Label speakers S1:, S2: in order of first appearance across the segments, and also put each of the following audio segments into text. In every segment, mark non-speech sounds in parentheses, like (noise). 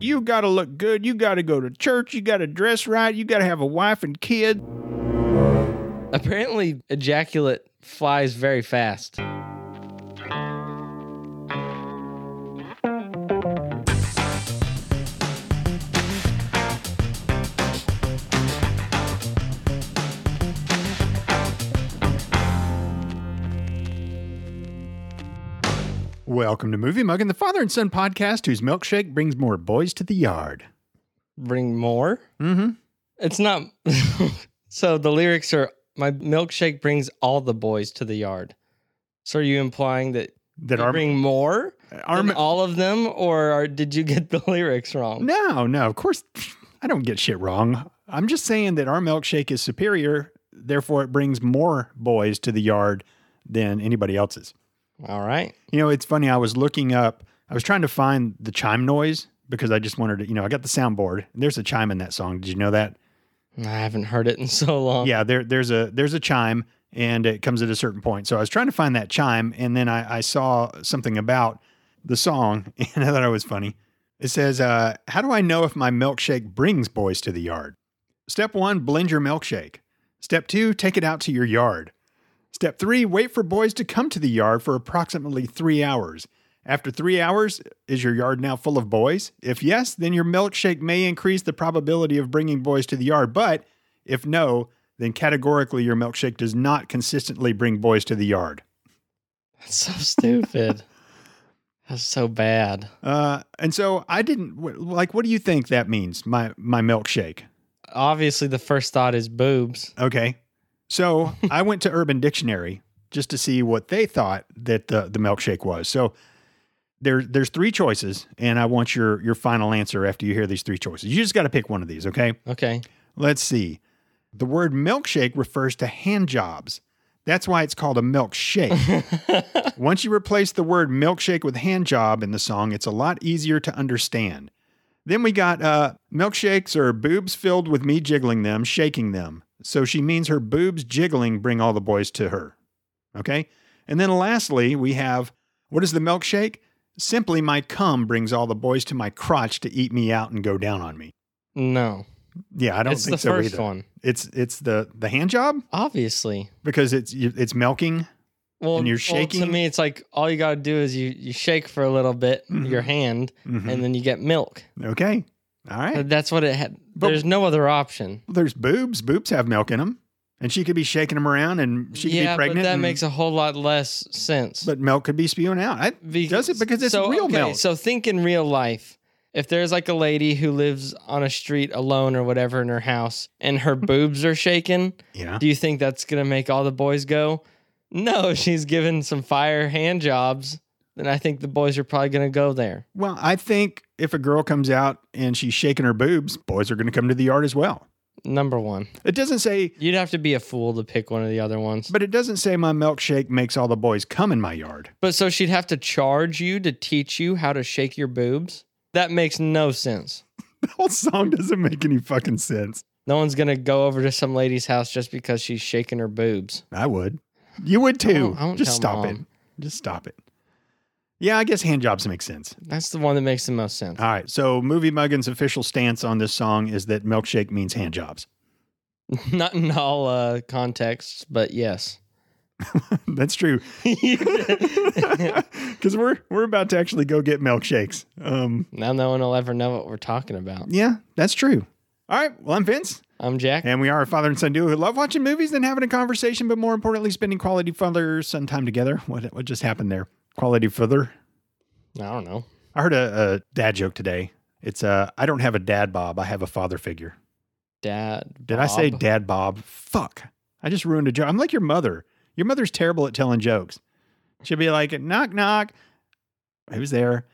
S1: You got to look good. You got to go to church. You got to dress right. You got to have a wife and kid.
S2: Apparently, ejaculate flies very fast.
S1: Welcome to Movie Mug and the Father and Son podcast, whose milkshake brings more boys to the yard.
S2: Bring more?
S1: Mm-hmm.
S2: It's not. (laughs) so the lyrics are My milkshake brings all the boys to the yard. So are you implying that
S1: That
S2: you
S1: our,
S2: bring more?
S1: our
S2: than all of them? Or are, did you get the (laughs) lyrics wrong?
S1: no, no, of course, (laughs) I don't get shit wrong. I'm just saying that our milkshake is superior, therefore it brings more boys to the yard than anybody else's.
S2: All right.
S1: You know, it's funny. I was looking up. I was trying to find the chime noise because I just wanted to. You know, I got the soundboard. There's a chime in that song. Did you know that?
S2: I haven't heard it in so long.
S1: yeah there there's a there's a chime and it comes at a certain point so i was trying to find that chime and then i, I saw something about the song (laughs) and i thought it was funny it says uh, how do i know if my milkshake brings boys to the yard step one blend your milkshake step two take it out to your yard step three wait for boys to come to the yard for approximately three hours after three hours, is your yard now full of boys? If yes, then your milkshake may increase the probability of bringing boys to the yard. But if no, then categorically your milkshake does not consistently bring boys to the yard.
S2: That's so
S1: (laughs)
S2: stupid. That's so bad.
S1: Uh, and so I didn't wh- like. What do you think that means? My my milkshake.
S2: Obviously, the first thought is boobs.
S1: Okay, so I went to Urban Dictionary just to see what they thought that the the milkshake was. So there there's three choices, and I want your your final answer after you hear these three choices. You just got to pick one of these. Okay.
S2: Okay. (laughs)
S1: Let's see. The word milkshake refers to hand jobs. That's why it's called a milkshake. Once you replace the word milkshake with hand job in the song, it's a lot easier to understand. Then we got uh, milkshakes are boobs filled with me jiggling them, shaking them. So she means her boobs jiggling bring all the boys to her. Okay. And then lastly, we have what is the milkshake? Simply my cum brings all the boys to my crotch to eat me out and go down on me.
S2: no.
S1: Yeah, I don't
S2: It's
S1: think
S2: the
S1: so
S2: first
S1: either.
S2: one.
S1: It's it's the the hand job
S2: Obviously.
S1: because it's you- it's milking.
S2: Well,
S1: And you're
S2: well,
S1: shaking?
S2: to me, it's like all you gotta do is you you shake for a little bit
S1: Mhm.
S2: your hand,
S1: Mhm.
S2: and then you get milk.
S1: okay, all right.
S2: That's what it had.
S1: But-
S2: There's no other option.
S1: Well, there's boobs. Boobs have milk in them, and she could be shaking them around, and she could
S2: yeah,
S1: be pregnant.
S2: but that
S1: and-
S2: makes a whole lot less sense.
S1: but milk could be spewing out. I,
S2: Be-
S1: does it? Because it's
S2: so,
S1: real
S2: okay,
S1: milk.
S2: So think in real life. If there's like a lady who lives on a street alone or whatever in her house,
S1: (laughs)
S2: and her boobs are shaking,
S1: yeah,
S2: Do you think that's gonna make all the boys go? No, (laughs) she's given some fire hand jobs, then I think the boys are probably gonna go there.
S1: Well, I think if a girl comes out and she's shaking her boobs, boys are going to come to the yard as well.
S2: Number one.
S1: It doesn't say,
S2: You'd have to be a fool to pick one of the other ones. But,
S1: but it doesn't say my milkshake makes all the boys come in my yard. (laughs)
S2: so she'd have to charge you to teach you how to shake your boobs? That makes no sense.
S1: The whole song doesn't make any fucking sense.
S2: No one's gonna go over to some lady's house just because she's shaking her boobs.
S1: I would. You would too.
S2: I won't
S1: Just
S2: tell
S1: stop it.
S2: Mom.
S1: Just stop it. Yeah, I guess hand jobs make sense.
S2: That's the one that makes the most sense.
S1: All right. So, Movie Muggin's official stance on this song is that milkshake means hand jobs. (laughs)
S2: Not in all uh, contexts,
S1: (laughs)
S2: but yes.
S1: That's true. (laughs) Because we're we're about to actually go get milkshakes. Um,
S2: now no one will ever know what we're talking about.
S1: yeah, that's true. All right. Well, I'm Vince,
S2: I'm Jack.
S1: and we are a father and son duo who love watching movies and having a conversation, but more importantly, spending quality father son time together. What what just happened there? Quality father.
S2: I don't know.
S1: I heard a, a dad joke today. It's uh, I don't have a dad, Bob. I have a father figure.
S2: Dad.
S1: Did I say
S2: Bob?
S1: dad Bob? Fuck. I just ruined a joke. I'm like your mother. Your mother's terrible at telling jokes. She'll be like, knock, knock. Who's there?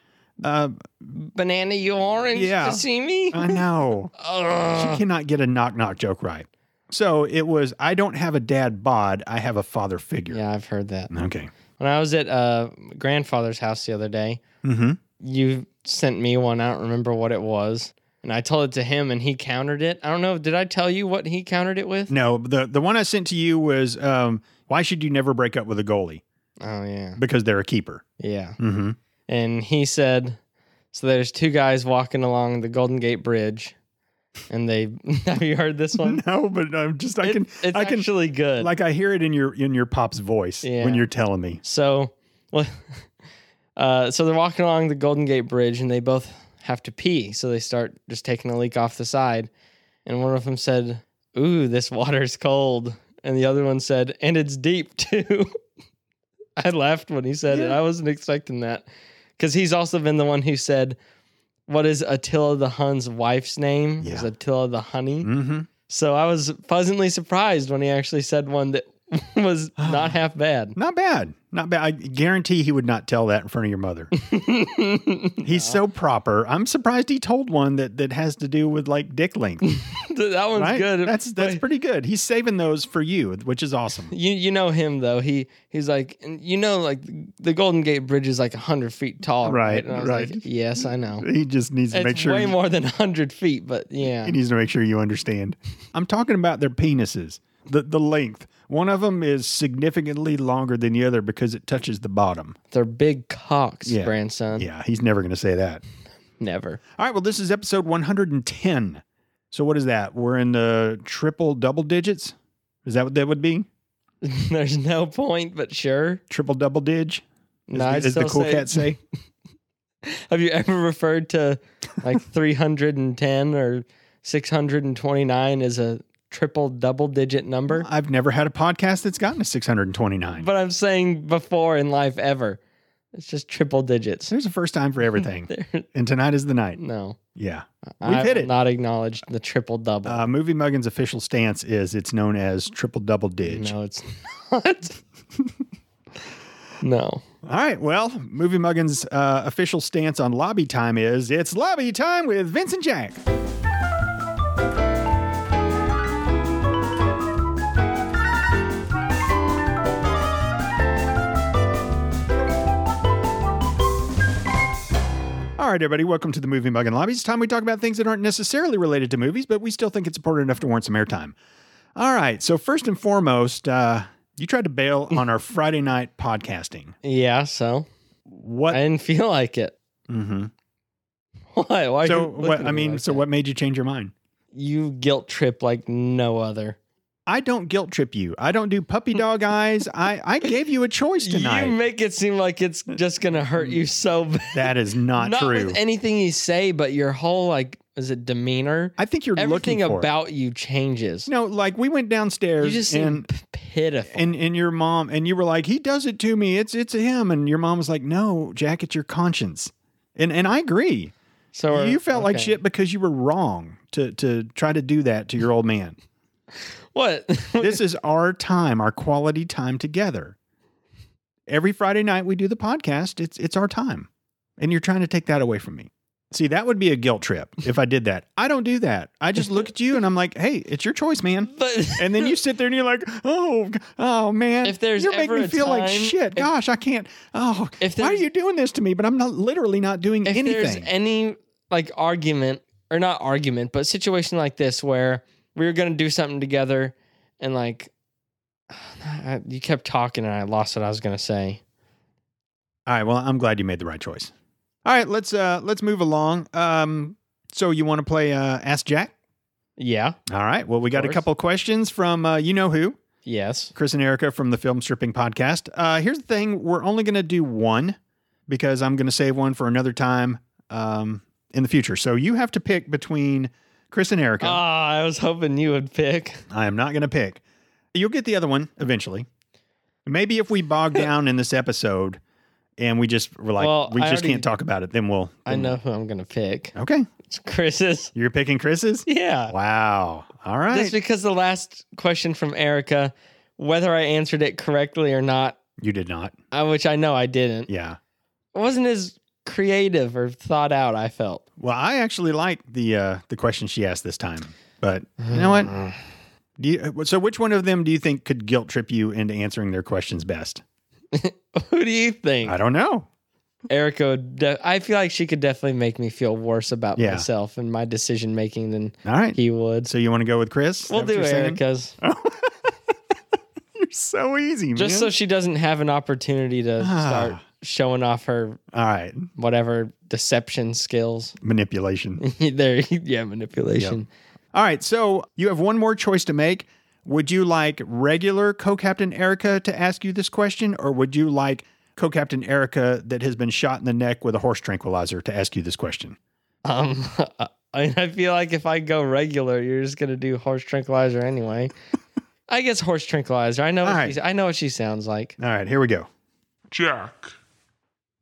S1: Uh,
S2: banana? You orange
S1: Yeah. Uh,
S2: to see me?
S1: I know. she
S2: Ugh.
S1: cannot get a knock, knock joke right. So it was, I don't have a dad bod. I have a father figure.
S2: Yeah, I've heard that.
S1: Okay.
S2: When I was at uh, grandfather's house the other day,
S1: Mm-hmm.
S2: you sent me one. I don't remember what it was, and I told it to him, and he countered it. I don't know. Did I tell you what he countered it with?
S1: No, the, the one I sent to you was, um, why should you never break up with a goalie?
S2: Oh yeah,
S1: Because they're a keeper.
S2: yeah.
S1: Mm-hmm.
S2: And he said, So there's two guys walking along the Golden Gate Bridge, and they (laughs) have you heard this one?
S1: (laughs) No, but I'm just I
S2: It-
S1: can
S2: it's
S1: I can
S2: actually good.
S1: like I hear it in your in your pop's voice
S2: Yeah.
S1: when you're telling me.
S2: So, well, (laughs) uh, so they're walking along the Golden Gate Bridge, and they both have to pee. So they start just taking a leak off the side, and one of them said, "Ooh, this water's cold," and the other one said, "And it's deep (laughs) too." I laughed when he said it.
S1: Yeah.
S2: I wasn't expecting that because he's also been the one who said, "What is Attila the Hun's wife's name?" Is
S1: Yeah.
S2: Attila the Honey?
S1: Mm-hmm.
S2: So I was pleasantly surprised when he actually said one that (laughs)
S1: (sighs)
S2: was not half bad.
S1: Not bad. Not bad. I guarantee he would not tell that in front of your
S2: (laughs)
S1: mother. (laughs) He's so proper. I'm surprised he told one that that has to do with like dick length.
S2: that one's
S1: Right?
S2: good.
S1: That's that's
S2: But
S1: pretty good. He's saving those for you, which is awesome.
S2: you you know him though. He he's like and you know like the Golden Gate Bridge is like hundred feet tall,
S1: Right,
S2: And I was
S1: right.
S2: Like, yes, I know.
S1: He just needs to
S2: It's
S1: make sure
S2: way
S1: you-
S2: more than hundred feet, but yeah,
S1: he needs to make sure you understand. I'm talking about their penises. The the length. One of them is significantly longer than the other because it touches the bottom.
S2: they're big cocks,
S1: Yeah.
S2: grandson.
S1: Yeah, he's never going to say that.
S2: Never. (laughs)
S1: All right, well, this is episode 110. So what is that? We're in the triple double digits? Is that what that would be?
S2: There's no point, but sure.
S1: Triple double dig? As,
S2: No, I'd
S1: the, as the
S2: still
S1: cool
S2: say-
S1: cats say?
S2: (laughs) Have you ever referred to
S1: (laughs)
S2: like 310 or 629 as a triple double digit number?
S1: I've never had a podcast that's gotten a 629.
S2: But I'm saying before in life ever. It's just triple digits.
S1: There's a first time for everything.
S2: (laughs) There-
S1: and tonight is the night.
S2: no.
S1: Yeah. We've
S2: I
S1: hit
S2: will
S1: it.
S2: not acknowledge the triple double.
S1: Uh, Movie Muggin's official stance is it's known as triple double dig.
S2: no, it's not. (laughs) no.
S1: All right. Well, Movie Muggin's uh, official stance on lobby time is it's lobby time with Vincent Jack. All right, everybody, welcome to the Movie Muggin Lobby. It's time we talk about things that aren't necessarily related to movies, but we still think it's important enough to warrant some airtime. All right, so first and foremost, uh, you tried to bail on our Friday night podcasting.
S2: Yeah, so
S1: What?
S2: I didn't feel like it. (laughs)
S1: hmm
S2: Why? Why? are
S1: So
S2: you
S1: what?
S2: looking at
S1: I mean,
S2: like
S1: so
S2: that?
S1: what made you change your mind?
S2: You guilt trip like no other.
S1: I don't guilt trip you. I don't do puppy dog eyes. I I gave you a choice tonight.
S2: You make it seem like it's just gonna hurt you so (laughs) bad.
S1: that is Uh, not, true.
S2: with anything you say, but your whole like is it demeanor?
S1: I think you're
S2: Everything
S1: looking for. About-
S2: about you changes.
S1: you know, like we went downstairs
S2: you just seem
S1: and
S2: p- pitiful.
S1: and and your mom and you were like he does it to me it's it's him and your mom was like no jack it's your conscience and and i agree
S2: so are-
S1: you felt like
S2: okay.
S1: shit because you were wrong to to try to do that to your old man (laughs)
S2: What?
S1: this is our time our quality time together every friday night we do the podcast it's it's our time and you're trying to take that away from me see that would be a guilt trip if i did that i don't do that i just look at you and i'm like hey it's your choice man
S2: but
S1: and then you sit there and you're like, oh, g- oh man,
S2: If there's
S1: you're making
S2: ever
S1: me
S2: a
S1: feel like
S2: time-
S1: shit.
S2: if-
S1: Gosh, I can't. Oh,
S2: if
S1: why are
S2: there's-
S1: you doing this to me? But I'm not literally not doing
S2: if
S1: anything.
S2: there's any like argument or not argument, but situation like this where we were gonna do something together and like (sighs) I, you kept talking and I lost what I was gonna say.
S1: All right, well, I'm glad you made the right choice. All right, let's uh let's move along. Um, so you want to play uh Ask Jack?
S2: Yeah.
S1: All right. Well, we got a
S2: course.
S1: couple questions from uh, you know who,
S2: Yes.
S1: Chris and Erica from the Film Stripping Podcast. Uh, here's the thing: we're only going to do one because I'm going to save one for another time um in the future. So you have to pick between Chris and Erica.
S2: Ah, I was hoping you would pick.
S1: I am not going to pick. You'll get the other one eventually. Maybe if we
S2: (laughs)
S1: bog down in this episode and we just we're like
S2: Well,
S1: we
S2: I
S1: just
S2: already-
S1: can't talk about it, then we'll.
S2: I
S1: then-
S2: know who I'm gonna pick.
S1: Okay,
S2: It's Chris's. (laughs)
S1: you're picking Chris's.
S2: Yeah.
S1: Wow. All right.
S2: That's because the last question from Erica, whether I answered it correctly or not,
S1: you did not.
S2: uh, which I know I didn't,
S1: Yeah.
S2: wasn't as creative or thought out. I felt.
S1: Well, I actually like the uh the question she asked this time, but you know what? Do you, so, which one of them do you think could guilt trip you into answering their questions best?
S2: (sighs) Who do you think?
S1: I don't know.
S2: Erica, would de- I feel like she could definitely make me feel worse about
S1: Yeah.
S2: myself and my decision making than
S1: All right.
S2: he would.
S1: So you want to go with Chris? Is
S2: we'll
S1: that what
S2: do
S1: you're saying?
S2: Erica's.
S1: You're (laughs) so easy,
S2: Just so
S1: man.
S2: she doesn't have an opportunity to start
S1: Ah.
S2: showing off her
S1: All right,
S2: whatever deception skills. (laughs)
S1: manipulation.
S2: there, (laughs) yeah, manipulation.
S1: All right, so you have one more choice to make. Would you like regular co captain Erica to ask you this question, or would you like co captain Erica that has been shot in the neck with a horse tranquilizer to ask you this question?
S2: Um, (laughs) I, mean, I feel like if I go regular, you're just gonna do horse tranquilizer anyway. I guess horse tranquilizer. I know. What
S1: All
S2: she, I know what she sounds like.
S1: All right, here we go.
S3: Jack,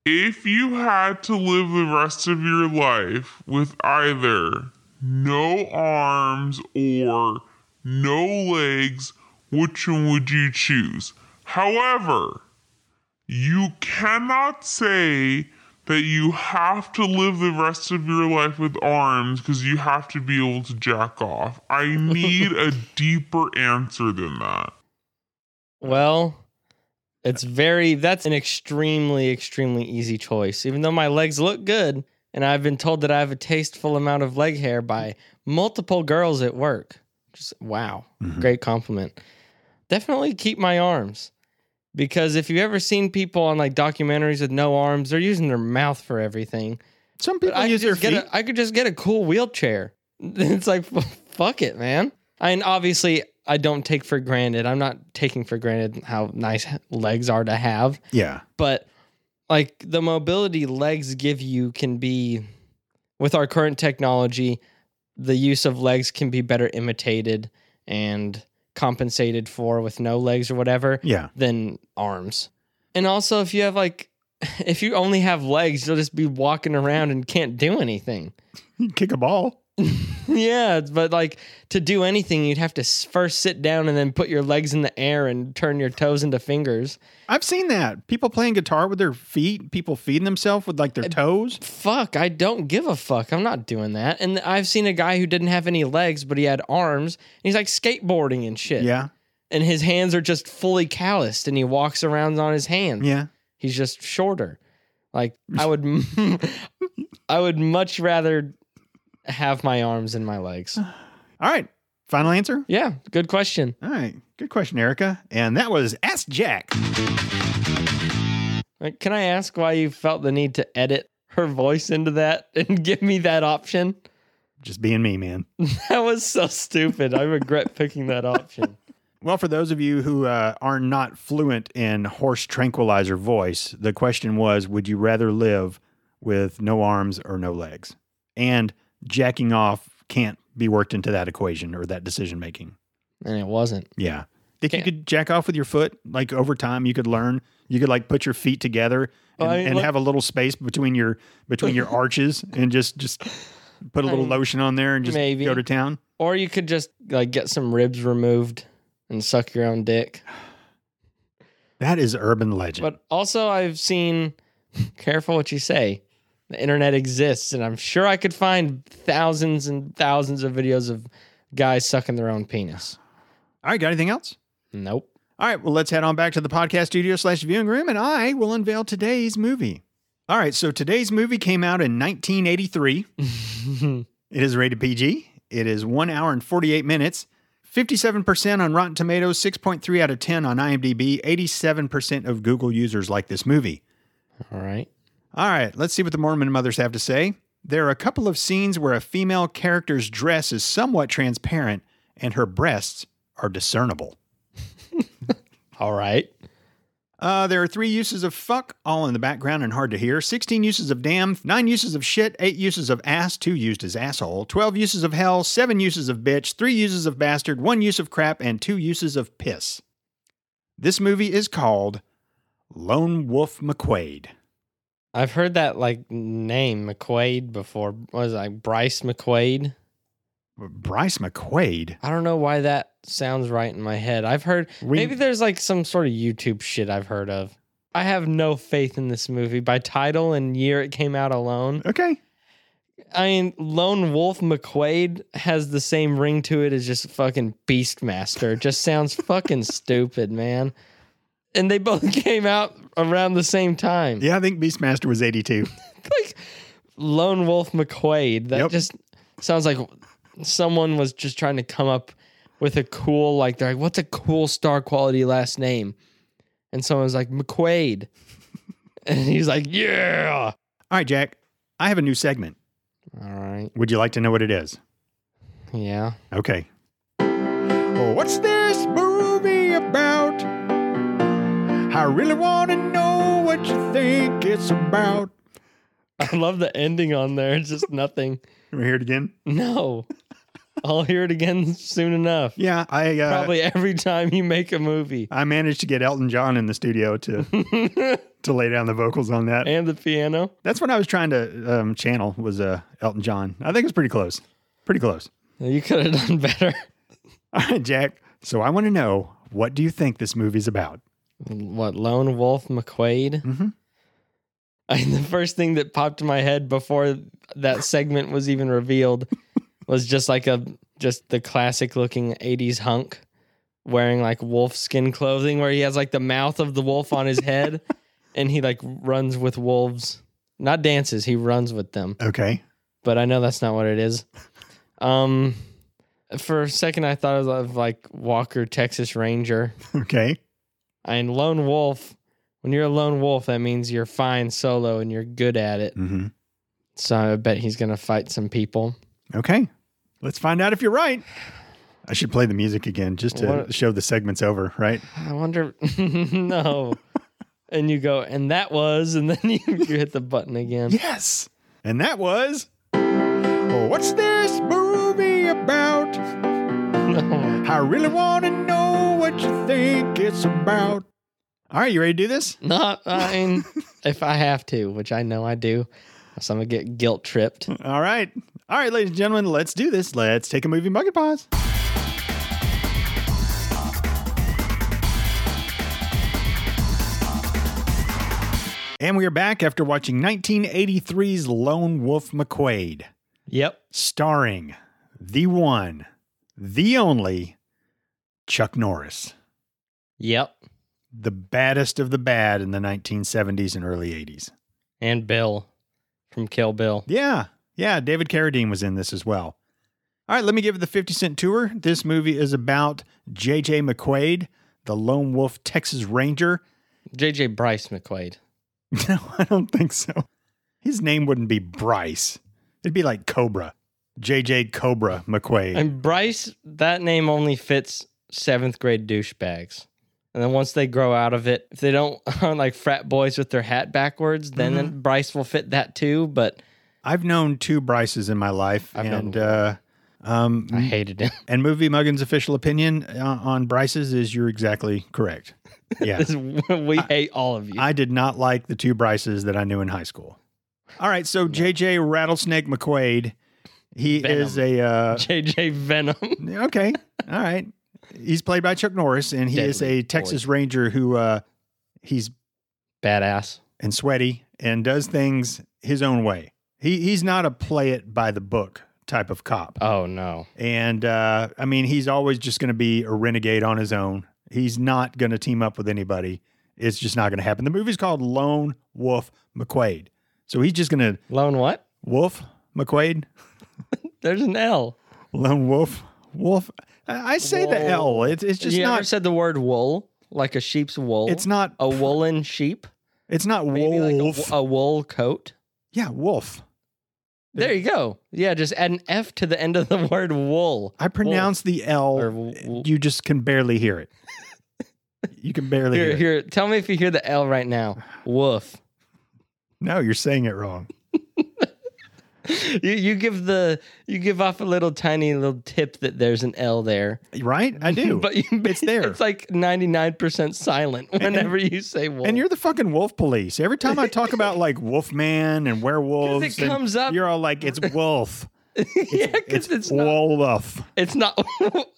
S3: if you had to live the rest of your life with either no arms or no legs, which one would you choose? However, you cannot say that you have to live the rest of your life with arms because you have to be able to jack off. I need a deeper answer than that.
S2: Well, it's very. That's an extremely, extremely easy choice. Even though my legs look good, and I've been told that I have a tasteful amount of leg hair by multiple girls at work. Just wow,
S1: Mhm.
S2: great compliment. Definitely keep my arms. Because if you've ever seen people on like documentaries with no arms, they're using their mouth for everything.
S1: Some
S2: But
S1: people
S2: I could
S1: use their
S2: just
S1: feet.
S2: get a, I could just get a cool wheelchair. (laughs) It's like f- fuck it, man. I mean, obviously, I don't take for granted. I'm not taking for granted how nice legs are to have,
S1: yeah.
S2: but like the mobility legs give you can be, with our current technology, the use of legs can be better imitated and compensated for with no legs or whatever
S1: Yeah.
S2: than arms. And also, if you have like, (laughs) if you only have legs, you'll just be walking around and can't do anything. (laughs)
S1: You (laughs) kick a ball.
S2: yeah, but like to do anything, you'd have to s- first sit down and then put your legs in the air and turn your toes into fingers.
S1: I've seen that. People playing guitar with their feet, people feeding themselves with like their toes.
S2: Fuck, I don't give a fuck. I'm not doing that. And I've seen a guy who didn't have any legs, but he had arms. And he's like skateboarding and shit.
S1: Yeah.
S2: And his hands are just fully calloused and he walks around on his hands.
S1: Yeah.
S2: He's just shorter. Like I would, (laughs) I would much rather have my arms and my legs.
S1: All right. Final answer.
S2: Yeah, good question.
S1: All right. Good question, Erica. And that was Ask Jack.
S2: Like, can I ask why you felt the need to edit her voice into that (laughs) and give me that option? (laughs)
S1: Just being me, man.
S2: That was so stupid. I regret picking that option.
S1: Well, for those of you who uh, are not fluent in horse tranquilizer voice, the question was would you rather live with no arms or no legs? And jacking off can't be worked into that equation or that decision making.
S2: And it wasn't.
S1: Yeah. If you
S2: Can't.
S1: could jack off with your foot, like over time, you could learn. You could like put your feet together and,
S2: Well, I mean,
S1: and
S2: look-
S1: have a little space between your between
S2: (laughs)
S1: your arches, and just just put a
S2: I
S1: little
S2: mean,
S1: lotion on there and just
S2: maybe.
S1: go to town.
S2: Or you could just like get some ribs removed and suck your own dick.
S1: That is urban legend.
S2: But also, I've seen, (laughs) careful what you say, the internet exists, and I'm sure I could find thousands and thousands of videos of guys sucking their own penis.
S1: All right, got anything else?
S2: Nope. (laughs)
S1: All right, well, let's head on back to the podcast studio slash viewing room, and I will unveil today's movie. All right, so today's movie came out in 1983. It is rated PG. It is one hour and 48 minutes, 57% on Rotten Tomatoes, 6.3 out of 10 on IMDb. 87% of Google users like this movie.
S2: All right.
S1: All right, let's see what the Mormon mothers have to say. There are a couple of scenes where a female character's dress is somewhat transparent and her breasts are discernible.
S2: All right.
S1: Uh, there are three uses of fuck, all in the background and hard to hear. 16 uses of damn, 9 uses of shit, 8 uses of ass, 2 used as asshole, 12 uses of hell, 7 uses of bitch, 3 uses of bastard, 1 use of crap, and 2 uses of piss. This movie is called Lone Wolf McQuade.
S2: I've heard that like name McQuaid before. What is it, like Bryce McQuaid?
S1: Bryce McQuade?
S2: I don't know why that sounds right in my head. I've heard
S1: We-
S2: maybe there's like some sort of YouTube shit I've heard of. I have no faith in this movie by title and year it came out alone.
S1: Okay.
S2: I mean, Lone Wolf McQuaid has the same ring to it as just fucking Beastmaster. It just
S1: (laughs)
S2: sounds fucking stupid, man. And they both (laughs) came out around the same time.
S1: Yeah, I think Beastmaster was 82.
S2: Like Lone Wolf McQuaid. That
S1: Yep.
S2: just sounds like someone was just trying to come up with a cool like they're like, what's a cool star quality last name? And someone's
S1: (laughs)
S2: like McQuaid, and he's like, yeah.
S1: All right, Jack, I have a new segment.
S2: All right,
S1: Would you like to know what it is?
S2: yeah. (laughs)
S1: Okay. What's this movie about? I really want to know what you think it's about.
S2: I love the ending on there. It's just nothing.
S1: Can we hear it again?
S2: No, I'll hear it again soon enough.
S1: Yeah, I uh,
S2: Probably every time you make
S1: (laughs)
S2: a movie.
S1: I managed to get Elton John in the studio to
S2: and
S1: to lay down the vocals on that.
S2: the piano.
S1: That's what I was trying to um, channel was uh, Elton John. I think it's pretty close. Pretty close. (laughs)
S2: You could have done better.
S1: All right, Jack. So I want to know what do you think this movie's about?
S2: What, Lone Wolf McQuaid?
S1: Mhm.
S2: I, the first thing that popped in my head before that segment was even revealed was just like a just the classic looking 80s hunk wearing like wolf skin clothing where he has like the mouth of the wolf on his head and he like runs with wolves. Not dances, he runs with them.
S1: Okay. (laughs)
S2: but I know that's not what it is. Um, for a second, I thought of like Walker, Texas Ranger,
S1: Okay.
S2: and Lone Wolf. When you're a lone wolf, that means you're fine solo and you're good at it.
S1: Mm-hmm.
S2: So I bet he's gonna fight some people.
S1: Okay. Let's find out if you're right. I should play the music again just to
S2: What-
S1: show the segment's over, right?
S2: I wonder. (laughs) no, and you go, and that was, and then (laughs) you, you hit the button again.
S1: Yes. And that was. What's this movie about?
S2: No.
S1: I really want to know what you think it's about. All right, you ready to do this?
S2: Not fine. if I have to, which I know I do, so I'm gonna get guilt tripped.
S1: All right. All right, ladies and gentlemen, let's do this. Let's take a movie bucket pause. And we are back after watching 1983's Lone Wolf McQuade,
S2: Yep.
S1: starring the one, the only Chuck Norris,
S2: Yep.
S1: the baddest of the bad in the 1970s and early 80s.
S2: and Bill from Kill Bill.
S1: Yeah. Yeah. David Carradine was in this as well. All right. Let me give it the 50 Cent Tour. This movie is about J.J. McQuaid, the lone wolf Texas Ranger. (laughs)
S2: JJ Bryce McQuaid.
S1: No, I don't think so. His name wouldn't be Bryce, it'd be like Cobra. J.J. Cobra McQuaid.
S2: And Bryce, that name only fits seventh grade douchebags. And then once they grow out of it, if they don't (laughs) aren't like frat boys with their hat backwards, then
S1: Mm-hmm.
S2: Bryce will fit that too. But
S1: I've known two Bryces in my life.
S2: I've known
S1: and, uh, um,
S2: I hated him.
S1: and Movie Muggin's official opinion uh, on Bryces is you're exactly
S2: (laughs)
S1: correct. Yeah.
S2: This- we hate all of you.
S1: I did not like the two Bryces that I knew in high school. All right, so JJ Rattlesnake McQuaid, he
S2: Venom.
S1: is a uh,
S2: JJ Venom. (laughs)
S1: okay. All right, he's played by Chuck Norris, and he is
S2: Deadly
S1: a Texas Ranger who uh, he's
S2: Badass.
S1: and sweaty and does things his own way. He he's not a play it by the book type of cop,
S2: Oh no.
S1: and uh, I mean he's always just going to be a renegade on his own. He's not going to team up with anybody. It's just not going to happen. The movie's called Lone Wolf McQuade, so he's just going to
S2: Lone what?
S1: Wolf McQuaid, (laughs)
S2: There's an L.
S1: Lone Wolf, Wolf. I I say the L.
S2: Wool.
S1: It's it's just
S2: you ever
S1: not.
S2: said the word wool? Like a sheep's wool.
S1: It's not.
S2: a woolen sheep.
S1: It's not
S2: Oh, Maybe like a
S1: wolf.
S2: wo- a wool coat.
S1: yeah, wolf.
S2: There you go. Yeah, just add an F to the end of the (laughs) word wool.
S1: I pronounce the L.
S2: Or w- w-
S1: You just can barely hear it. you can barely hear,
S2: Here,
S1: it.
S2: here, tell me if you hear the L right now. Woof.
S1: No, you're saying it wrong.
S2: You, you give the you give off a little tiny little tip that there's an L there,
S1: Right? I do.
S2: (laughs) but you,
S1: It's there.
S2: It's like ninety nine percent silent whenever you say wolf.
S1: and you're the fucking wolf police. Every time I talk about
S2: (laughs)
S1: like Wolfman and werewolves, and
S2: comes up-
S1: You're all like, it's wolf.
S2: yeah, (laughs) 'cause
S1: It's,
S2: it's, not.
S1: wolf.
S2: It's not. (laughs)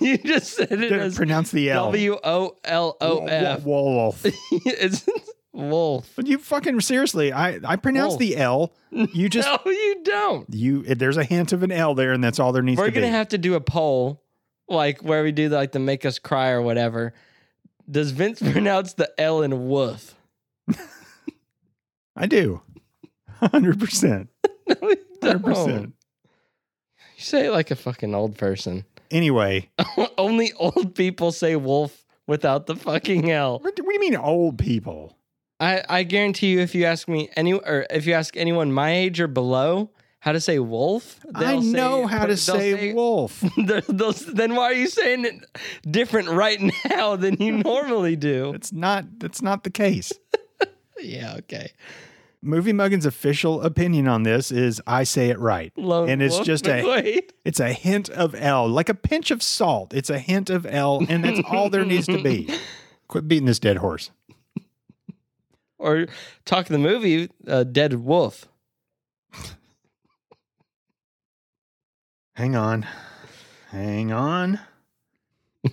S2: you just said it
S1: Didn't
S2: as
S1: pronounce the L.
S2: W O L O F.
S1: Wolf.
S2: (laughs) It's wolf.
S1: But you fucking seriously, I I pronounce
S2: Wolf.
S1: the L. You
S2: (laughs)
S1: just
S2: No, you don't.
S1: you. There's a hint of an L there, and that's all there needs
S2: We're
S1: to be.
S2: gonna have to do a poll, like where we do like the make us cry or whatever. Does Vince (laughs) pronounce the L in woof? (laughs)
S1: I do, (laughs) hundred percent,
S2: No, he
S1: hundred
S2: don't.
S1: percent.
S2: You say it like a fucking old person. (laughs)
S1: Anyway,
S2: Only old people say wolf without the fucking L.
S1: what do what do you mean old people?
S2: I, I guarantee you, if you ask me any, or if you ask anyone my age or below how to say wolf,
S1: I
S2: they'll say-
S1: know how
S2: they'll
S1: to say, wolf.
S2: (laughs) They'll- they'll- then why are you saying it different right (laughs) now than you normally do?
S1: It's not that's not the case.
S2: Yeah, okay.
S1: Movie Muggin's official opinion on this is I say it right.
S2: Lone
S1: and it's
S2: Wolf
S1: just a
S2: McQuade.
S1: it's a hint of L, like a pinch of salt. It's a hint of L, and that's all there needs to be. Quit beating this dead horse.
S2: (laughs) or talk of the movie, uh, Dead Wolf.
S1: Hang on. Hang on.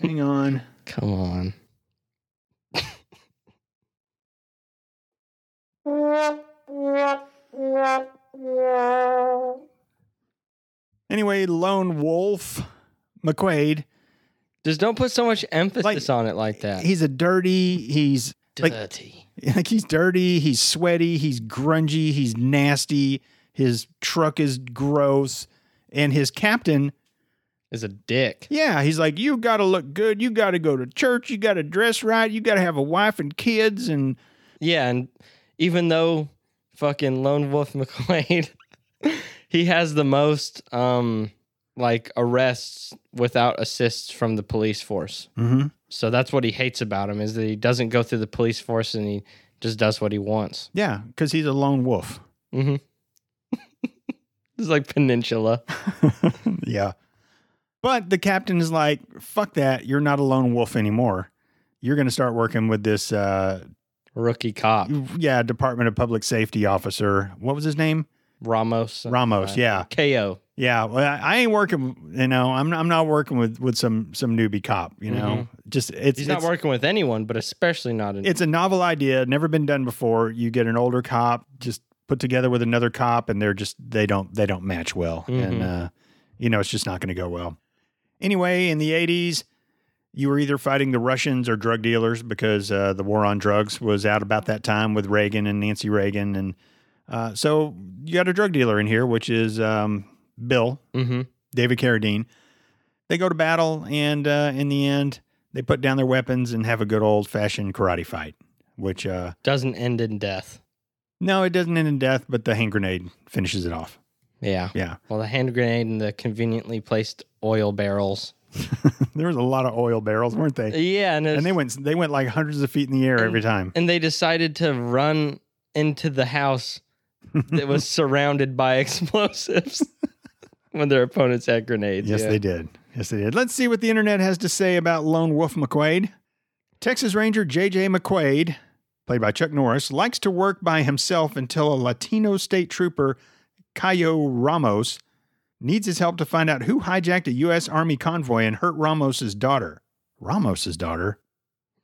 S1: Hang on.
S2: Come on.
S1: (laughs) Anyway, Lone Wolf McQuaid.
S2: Just don't put so much emphasis
S1: Like,
S2: on it like that.
S1: He's a dirty, he's (laughs) like-
S2: Dirty.
S1: like he's dirty, he's sweaty, he's grungy, he's nasty, his truck is gross, and his captain
S2: is a dick.
S1: Yeah, he's like, you got to look good. You got to go to church. You got to dress right. You got to have a wife and kids. And
S2: Yeah, and even though fucking Lone Wolf McQuade, (laughs) he has the most um like arrests without assists from the police force. So that's what he hates about him is that he doesn't go through the police force and he just does what he wants.
S1: yeah, because he's a lone wolf.
S2: Mm-hmm. (laughs) it's like Peninsula.
S1: yeah. But the captain is like, fuck that. You're not a lone wolf anymore. You're going to start working with this, uh,
S2: Rookie cop.
S1: yeah, Department of Public Safety officer. What was his name?
S2: Ramos. Uh,
S1: Ramos. Yeah.
S2: KO.
S1: Yeah. Well, I- I ain't working, you know, I'm, I'm not working with, with some, some newbie cop, you know, just it's,
S2: Mm-hmm. He's
S1: it's
S2: not working with anyone, but especially not in
S1: it's a novel idea, never been done before. You get an older cop just put together with another cop, and they're just they don't they don't match well, and uh, you know it's just not going to go well. Anyway, in the eighties, you were either fighting the Russians or drug dealers because uh, the war on drugs was out about that time with Reagan and Nancy Reagan, and uh, so you got a drug dealer in here, which is um, Bill
S2: hmm
S1: David Carradine. They go to battle, and uh, in the end, they put down their weapons and have a good old fashioned karate fight. Which, uh,
S2: doesn't end in death.
S1: no, it doesn't end in death, but the hand grenade finishes it off.
S2: Yeah.
S1: Yeah. (laughs)
S2: Well, the hand grenade and the conveniently placed oil barrels.
S1: there was a lot of oil barrels, weren't they?
S2: Yeah, and,
S1: And
S2: they
S1: they went, they went like hundreds of feet in the air every time.
S2: and they decided to run into the house
S1: (laughs)
S2: that was surrounded by (laughs) explosives (laughs) when their opponents had grenades.
S1: Yes,
S2: yeah.
S1: they did. Yes, they did. Let's see what the internet has to say about Lone Wolf McQuade. Texas Ranger J.J. McQuade, played by Chuck Norris, likes to work by himself until a Latino state trooper, Cayo Ramos, needs his help to find out who hijacked a U.S. Army convoy and hurt Ramos's daughter. Ramos's daughter?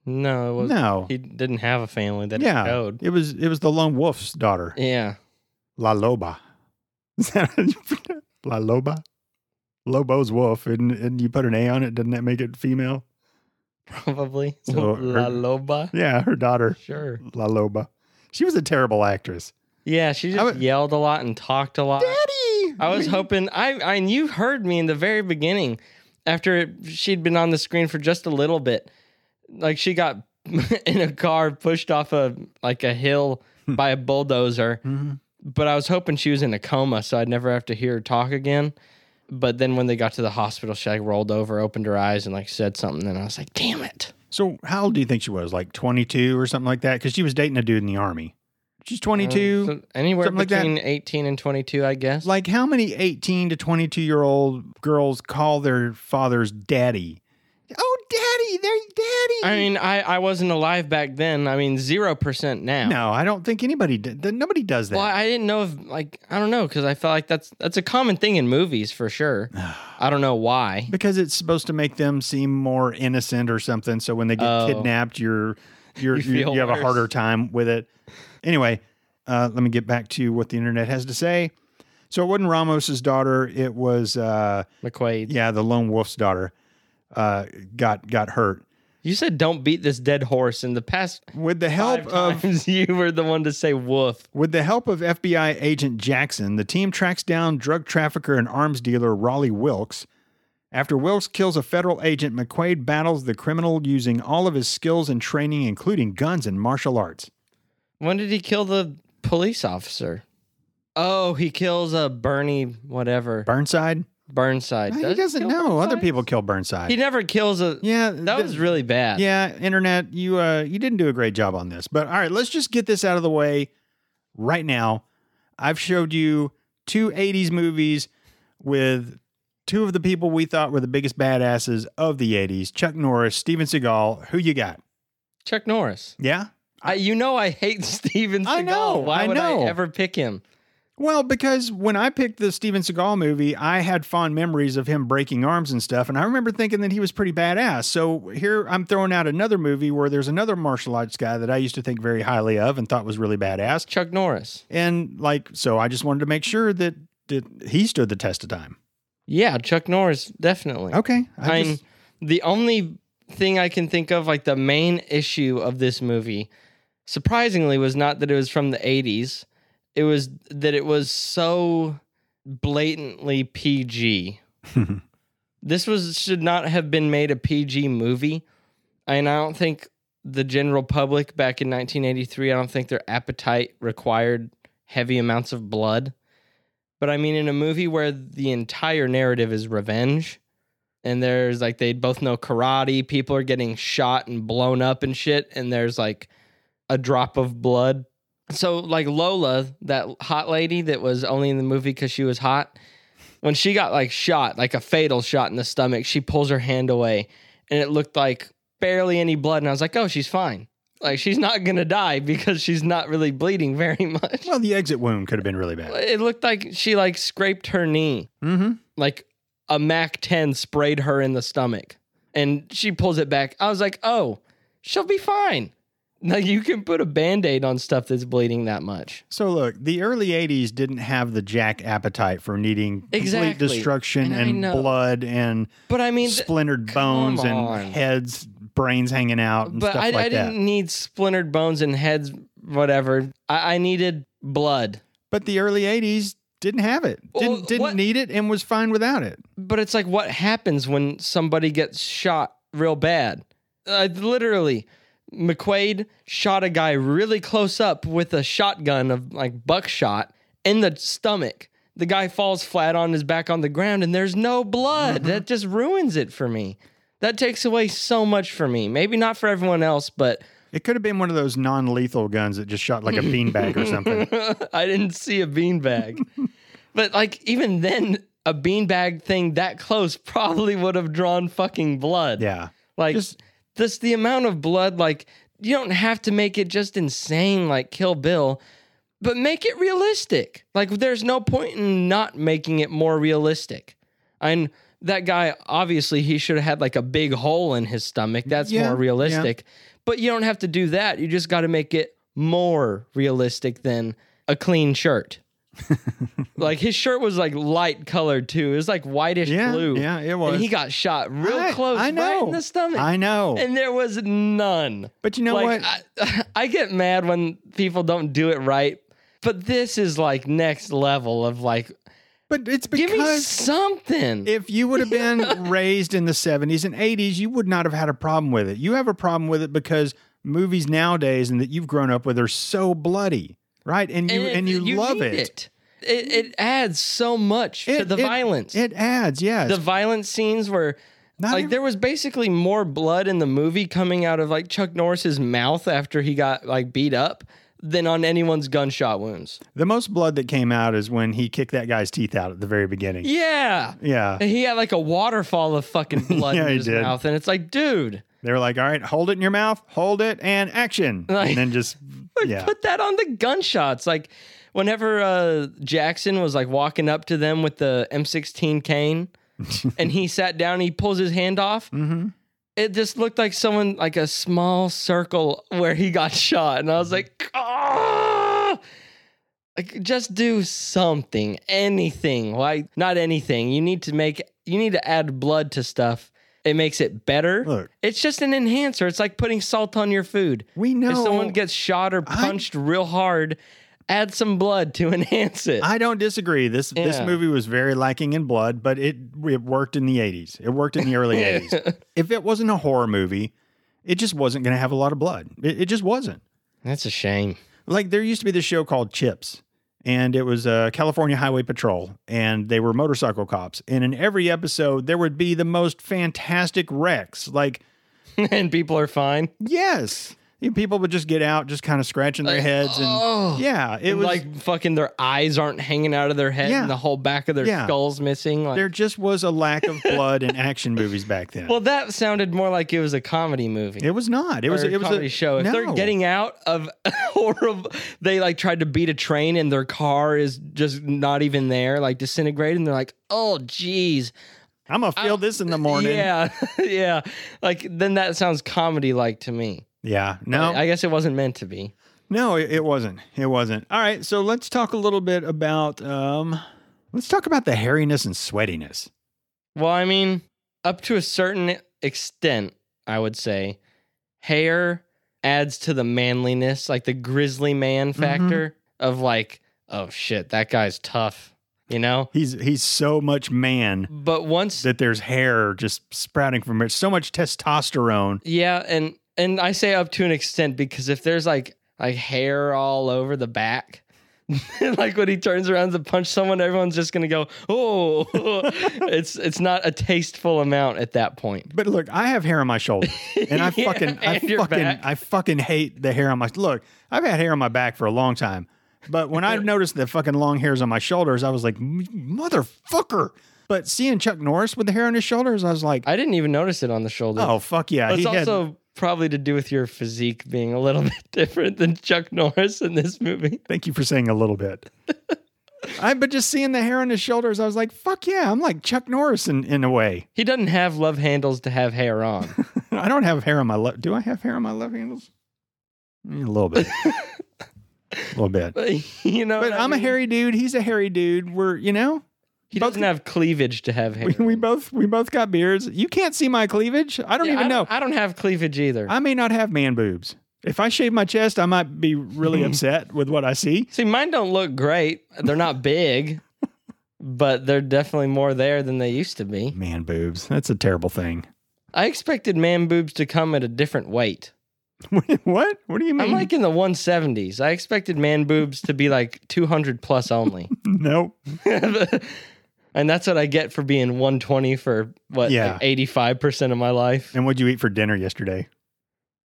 S2: No, it was,
S1: no.
S2: he didn't have a family that
S1: yeah,
S2: it showed.
S1: it was it was the lone wolf's daughter,
S2: Yeah, (laughs)
S1: La Loba. (laughs) Is that how you pronounce- La Loba? Lobo's wolf, and, and you put an A on it, doesn't that make it female?
S2: probably.
S1: So
S2: La
S1: her-
S2: Loba.
S1: Yeah, her daughter,
S2: Sure.
S1: La Loba. She was a terrible actress.
S2: Yeah, she just
S1: I would-
S2: yelled a lot and talked a lot.
S1: Daddy!
S2: I was hoping I I and you heard me in the very beginning after it- she'd been on the screen for just a little bit. Like she got (laughs) in a car pushed off a like a hill
S1: Hmm.
S2: by a bulldozer,
S1: Mhm.
S2: but I was hoping she was in a coma so I'd never have to hear her talk again. But then when they got to the hospital, she like rolled over, opened her eyes, and like said something, and I was like, "Damn it!"
S1: So, how old do you think she was? Like 22 or something like that? Because she was dating a dude in the army. She's 22.
S2: Uh, So anywhere
S1: Something like that.
S2: between eighteen and twenty-two, I guess.
S1: like, how many 18 to 22 year old girls call their fathers daddy? Oh, daddy, they're
S2: I
S1: daddy.
S2: mean, I I wasn't alive back then. I mean, zero percent now.
S1: no, I don't think anybody did. th- Nobody does that.
S2: Well, I didn't know if like I don't know because I felt like that's that's a common thing in movies for
S1: (sighs)
S2: sure. I don't know why.
S1: because it's supposed to make them seem more innocent or something. So when they get
S2: Oh.
S1: kidnapped, you're you're
S2: You
S1: you,
S2: feel
S1: you have a
S2: worse.
S1: harder time with it. Anyway, uh, let me get back to what the internet has to say. So it wasn't Ramos's daughter; it was uh,
S2: McQuaid,
S1: yeah, the lone wolf's daughter uh, got got hurt
S2: you said don't beat this dead horse. In the past (laughs)
S1: with the help
S2: five
S1: of
S2: times, you were the one to say woof.
S1: With the help of FBI agent Jackson, the team tracks down drug trafficker and arms dealer Raleigh Wilkes After Wilkes kills a federal agent, McQuaid battles the criminal using all of his skills and training, including guns and martial arts.
S2: When did he kill the police officer? Oh, he kills a Bernie whatever
S1: Burnside?
S2: Burnside.
S1: No,
S2: Does
S1: he doesn't
S2: kill
S1: know. Other
S2: Burnsides?
S1: people kill Burnside.
S2: He never kills a.
S1: yeah,
S2: that
S1: th-
S2: was really bad.
S1: Yeah, internet, you uh you didn't do a great job on this. But all right, let's just get this out of the way right now. I've showed you two 80s movies with two of the people we thought were the biggest badasses of the 80s, Chuck Norris, Steven Seagal. Who you got?
S2: Chuck Norris.
S1: Yeah?
S2: I, you know I hate (laughs) Steven Seagal.
S1: I know,
S2: Why
S1: I
S2: would
S1: know.
S2: I ever pick him?
S1: Well, because when I picked the Steven Seagal movie, I had fond memories of him breaking arms and stuff, and I remember thinking that he was pretty badass. So here I'm throwing out another movie where there's another martial arts guy that I used to think very highly of and thought was really badass.
S2: Chuck Norris.
S1: And like, so I just wanted to make sure that, that he stood the test of time.
S2: Yeah, Chuck Norris definitely.
S1: Okay.
S2: I
S1: just-
S2: am the only thing I can think of, like the main issue of this movie, surprisingly, was not that it was from the 80s. It was that it was so blatantly PG. this was should not have been made a PG movie. And I don't think the general public back in 1983, I don't think their appetite required heavy amounts of blood. But I mean, in a movie where the entire narrative is revenge, and there's like they both know karate. People are getting shot and blown up and shit, and there's like a drop of blood. So like Lola, that hot lady that was only in the movie because she was hot, when she got like shot, like a fatal shot in the stomach, she pulls her hand away, and it looked like barely any blood. And I was like, oh, she's fine. Like she's not gonna die because she's not really bleeding very (laughs) much.
S1: (laughs) well, the exit wound could have been really bad.
S2: It looked like she like scraped her knee
S1: Mm-hmm.
S2: like a Mac 10 sprayed her in the stomach and she pulls it back. I was like, oh, she'll be fine. Like, you can put a band aid on stuff that's bleeding that much.
S1: So look, the early '80s didn't have the jack appetite for needing complete
S2: Exactly.
S1: destruction
S2: And I
S1: and,
S2: know.
S1: blood and
S2: But I mean, th-
S1: splintered bones and
S2: on.
S1: heads, brains hanging out, and
S2: but
S1: stuff
S2: I,
S1: like
S2: I
S1: that.
S2: didn't need splintered bones and heads, whatever. I, I needed blood.
S1: But the early '80s didn't have it.
S2: Well,
S1: Didn't didn't
S2: what-
S1: need it and was fine without it.
S2: But it's like, what happens when somebody gets shot real bad? Uh, literally, McQuaid shot a guy really close up with a shotgun of like buckshot in the stomach. The guy falls flat on his back on the ground, and there's no blood. That just ruins it for me. That takes away so much for me. Maybe not for everyone else, but (laughs)
S1: It could have been one of those non-lethal guns that just shot like a beanbag or
S2: (laughs)
S1: something.
S2: I didn't see a beanbag. but like even then, a beanbag thing that close (laughs) probably would have drawn fucking blood.
S1: Yeah.
S2: Like
S1: Just-
S2: just this the amount of blood, like you don't have to make it just insane like Kill Bill, but make it realistic. Like there's no point in not making it more realistic. And that guy obviously he should have had like a big hole in his stomach. That's
S1: Yeah,
S2: more
S1: yeah.
S2: realistic. But you don't have to do that. You just got to make it more realistic than a
S1: (laughs)
S2: clean shirt. like his shirt was like light colored too. It was like whitish
S1: Yeah.
S2: blue.
S1: Yeah. It was.
S2: And he got shot real
S1: I-
S2: close,
S1: I
S2: right
S1: know.
S2: in the stomach.
S1: I know.
S2: and there was none.
S1: but you know
S2: like,
S1: what?
S2: I, (laughs) I get mad when people don't do it right, but this is like next level of like,
S1: But it's
S2: give me
S1: because
S2: something.
S1: If you would have
S2: (laughs)
S1: been raised in the 70s and 80s, you would not have had a problem with it. You have a problem with it because movies nowadays and that you've grown up with are so bloody, right? And you
S2: it-
S1: and, you, love
S2: need
S1: it.
S2: it. It adds so much to
S1: It-
S2: the
S1: it-
S2: violence.
S1: It adds, yes.
S2: the violence scenes where
S1: Not
S2: like
S1: every-
S2: there was basically more blood in the movie coming out of like Chuck Norris's mouth after he got like beat up than on anyone's gunshot wounds.
S1: the most blood that came out is when he kicked that guy's teeth out at the very beginning.
S2: Yeah.
S1: Yeah.
S2: And he had like a waterfall
S1: (laughs)
S2: of fucking blood
S1: Yeah,
S2: in
S1: he
S2: his
S1: did.
S2: mouth. And it's like, dude,
S1: They were like, all right, hold it in your mouth, hold it, and action.
S2: Like-
S1: and then just, yeah.
S2: put that on the gunshots. Like, whenever uh, Jackson was like walking up to them with the M16
S1: (laughs)
S2: cane and he sat down, he pulls his hand off.
S1: hmm
S2: It just looked like someone, like a small circle where he got shot. And I
S1: Mm-hmm.
S2: was like, ah! Like, just do something, anything. Like, not anything. You need to make, you need to add blood to stuff. It makes it better.
S1: Look,
S2: It's just an enhancer. It's like putting salt on your food.
S1: we know.
S2: If someone gets shot or
S1: I-
S2: punched real hard, Add some blood to (laughs) enhance it.
S1: I don't disagree. This this
S2: Yeah.
S1: movie was very lacking in blood, but it it worked in the 80s. It worked in the early
S2: (laughs)
S1: 80s. If it wasn't a horror movie, it just wasn't going to have a lot of blood. It, it just wasn't.
S2: That's a shame. (laughs)
S1: Like there used to be this show called Chips, and it was a California Highway Patrol, and they were motorcycle cops. And in every episode, there would be the most fantastic wrecks. Like
S2: and people are fine.
S1: yes, You know, people would just get out, just kind of scratching their
S2: Like,
S1: heads, and
S2: oh.
S1: yeah, it was
S2: like fucking their eyes aren't hanging out of their head
S1: Yeah.
S2: and the whole back of their
S1: Yeah.
S2: skull's missing. Like,
S1: there just was a lack of blood in action movies back then.
S2: well, that sounded more like it was a comedy movie.
S1: It was not. It was.
S2: or a
S1: It was
S2: comedy
S1: a
S2: show. If they're
S1: no.
S2: getting out of (laughs) horrible, they like tried to beat a train and their car is just not even there, like disintegrated. And they're like, oh, geez,
S1: I'm gonna feel this in the morning. Yeah.
S2: Oh, yeah, (laughs) yeah. Like then that sounds comedy like to me.
S1: No.
S2: I, I guess it wasn't meant to be.
S1: no. It, it wasn't. It wasn't. All right. So let's talk a little bit about. Um, let's talk about the hairiness and sweatiness.
S2: Well, I mean, up to a certain extent, I would say, hair adds to the manliness, like the grizzly man factor of like, oh shit, that guy's tough, you know.
S1: He's he's so much man
S2: But once
S1: that there's hair just sprouting from it. So much testosterone.
S2: Yeah, and and I say up to an extent because if there's like like hair all over the back, (laughs) like when he turns around to punch someone, everyone's just gonna go, oh, (laughs) it's it's not a tasteful amount at that point.
S1: But look, I have hair on my shoulder, and I
S2: (laughs) Yeah,
S1: fucking, I
S2: and your
S1: fucking,
S2: back.
S1: I fucking hate the hair on my. Look, I've had hair on my back for a long time, but when
S2: (laughs)
S1: I noticed the fucking long hairs on my shoulders, I was like, "M- motherfucker. But seeing Chuck Norris with the hair on his shoulders, I was like,
S2: I didn't even notice it on the shoulder.
S1: oh fuck yeah,
S2: But
S1: he
S2: it's
S1: had.
S2: also probably to do with your physique being a little (laughs) bit different than Chuck Norris in this movie.
S1: Thank you for saying a little
S2: (laughs)
S1: bit. I, but just seeing the hair on his shoulders, I was like, fuck yeah, I'm like Chuck Norris in, in a way. (laughs)
S2: He doesn't have love handles to have hair on. (laughs)
S1: I don't have hair on my left. Do I have hair on my left handles? Mm, A little
S2: (laughs)
S1: bit. a little bit.
S2: But, you know,
S1: But
S2: what I
S1: I'm a
S2: mean?
S1: hairy dude. He's a hairy dude. We're you know
S2: He doesn't have cleavage to have hair.
S1: we, we
S2: on.
S1: both we both got beards. You can't see my cleavage. I don't
S2: Yeah,
S1: even know.
S2: I don't have cleavage either.
S1: I may not have man boobs. If I shave my chest, I might be
S2: (laughs)
S1: really upset with what I see.
S2: See, mine don't look great. They're
S1: (laughs)
S2: not big, but they're definitely more there than they used to be.
S1: Man boobs. That's a terrible thing. (laughs)
S2: I expected man boobs to come at a different weight.
S1: what? What do you mean?
S2: I'm like in the 170s. I expected man boobs to be like 200 plus only.
S1: nope.
S2: (laughs) and that's what I get for being 120 for what,
S1: Yeah.
S2: like 85% of my life.
S1: And what'd you eat for dinner yesterday?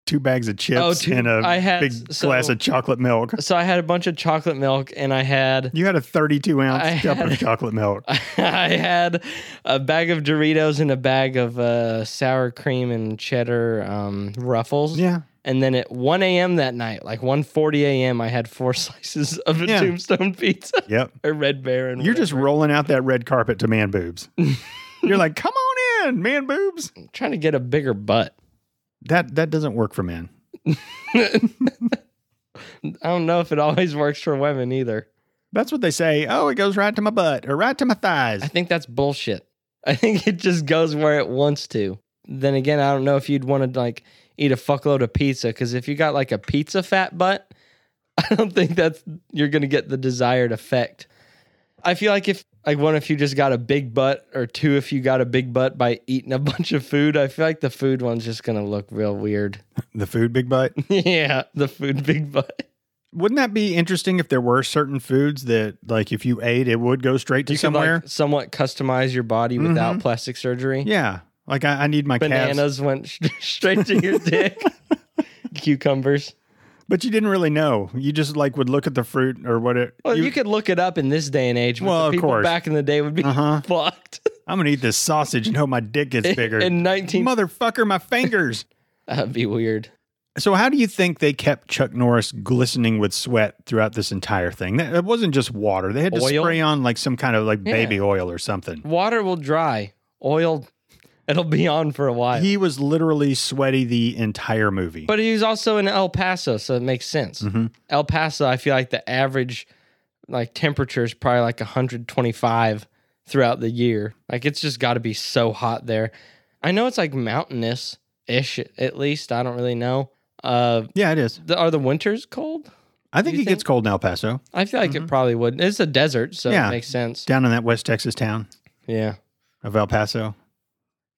S1: Two bags of chips
S2: Oh, two-
S1: and a
S2: I had-
S1: big
S2: so-
S1: glass of chocolate milk.
S2: So I had a bunch of chocolate milk and I had (laughs)
S1: You had a 32 ounce
S2: I
S1: cup
S2: had-
S1: of chocolate milk.
S2: (laughs) I had a bag of Doritos and a bag of uh, sour cream and cheddar um, ruffles.
S1: Yeah.
S2: And then at 1 a.m. that night, like 1.40 a.m., I had four (laughs) slices of a
S1: Yeah.
S2: tombstone pizza (laughs)
S1: Yep.
S2: or red baron.
S1: You're just rolling out that red carpet to man
S2: (laughs)
S1: boobs. You're like, come on in, man boobs.
S2: just trying to get a bigger butt.
S1: That that doesn't work for men.
S2: I don't know if it (laughs) always works for women either.
S1: That's what they say. Oh, it goes right to my butt or right to my
S2: I
S1: thighs.
S2: think that's bullshit. I think it just goes where it wants to. Then again, I don't know if you'd want to like eat a fuckload of pizza because if you got like a pizza fat butt, (laughs) I don't think that's you're gonna get the desired effect. I feel like if like one if you just got a big butt or two if you got a big butt by eating a (laughs) bunch of food, I feel like the food one's just gonna look real weird. (laughs)
S1: The food big butt.
S2: yeah, the food big butt.
S1: (laughs) Wouldn't that be interesting if there were certain foods that like if you ate it would go straight to
S2: You could, like,
S1: somewhere?
S2: somewhat customize your body without plastic surgery.
S1: yeah. Like I, I need my calves.
S2: Bananas went sh- (laughs) straight to your
S1: (laughs)
S2: dick. Cucumbers.
S1: But you didn't really know. You just like would look at the fruit or what it
S2: Well, you,
S1: you-
S2: could look it up in this day and age. But
S1: Well,
S2: the
S1: of
S2: people
S1: course.
S2: back in the day would be
S1: Uh-huh.
S2: (laughs) fucked.
S1: I'm gonna eat this sausage and hope my dick
S2: (laughs)
S1: gets bigger.
S2: in 19
S1: Motherfucker, my fingers.
S2: that'd be weird.
S1: So, how do you think they kept Chuck Norris glistening with sweat throughout this entire thing? That, it wasn't just water. They had to
S2: Oil?
S1: spray on like some kind of like baby oil or something.
S2: Water will dry. Oil, it'll be on for a while.
S1: He was literally sweaty the entire movie.
S2: but he was also in El Paso, so it makes sense.
S1: Mm-hmm.
S2: El Paso, I feel like the average like temperature is probably like 125 throughout the year. Like it's just got to be so hot there. I know it's like mountainous ish at least. I don't really know. Uh,
S1: yeah, it is.
S2: the, are the winters cold?
S1: I think
S2: you
S1: it gets
S2: think?
S1: cold in El Paso,
S2: I feel like it probably would. It's a desert, so
S1: Mm-hmm. Yeah.
S2: it makes sense.
S1: down in that West Texas town
S2: Yeah.
S1: of El Paso.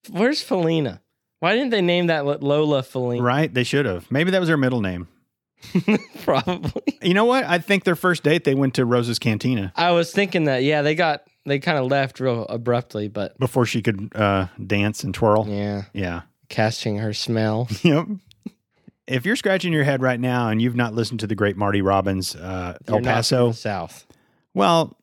S2: Where's Felina? Why didn't they name that L- Lola Felina?
S1: Right? They should have. Maybe that was their middle name.
S2: (laughs) probably.
S1: You know what? I think their first date they went to Rose's Cantina
S2: I was thinking that. Yeah, they got they kind of left real abruptly, but
S1: before she could uh, dance and twirl.
S2: yeah,
S1: Yeah.
S2: casting her smell.
S1: Yep. If you're scratching your head right now and you've not listened to the great Marty Robbins uh, (laughs)
S2: You're
S1: El
S2: not
S1: Paso,
S2: from the South. (laughs)
S1: well,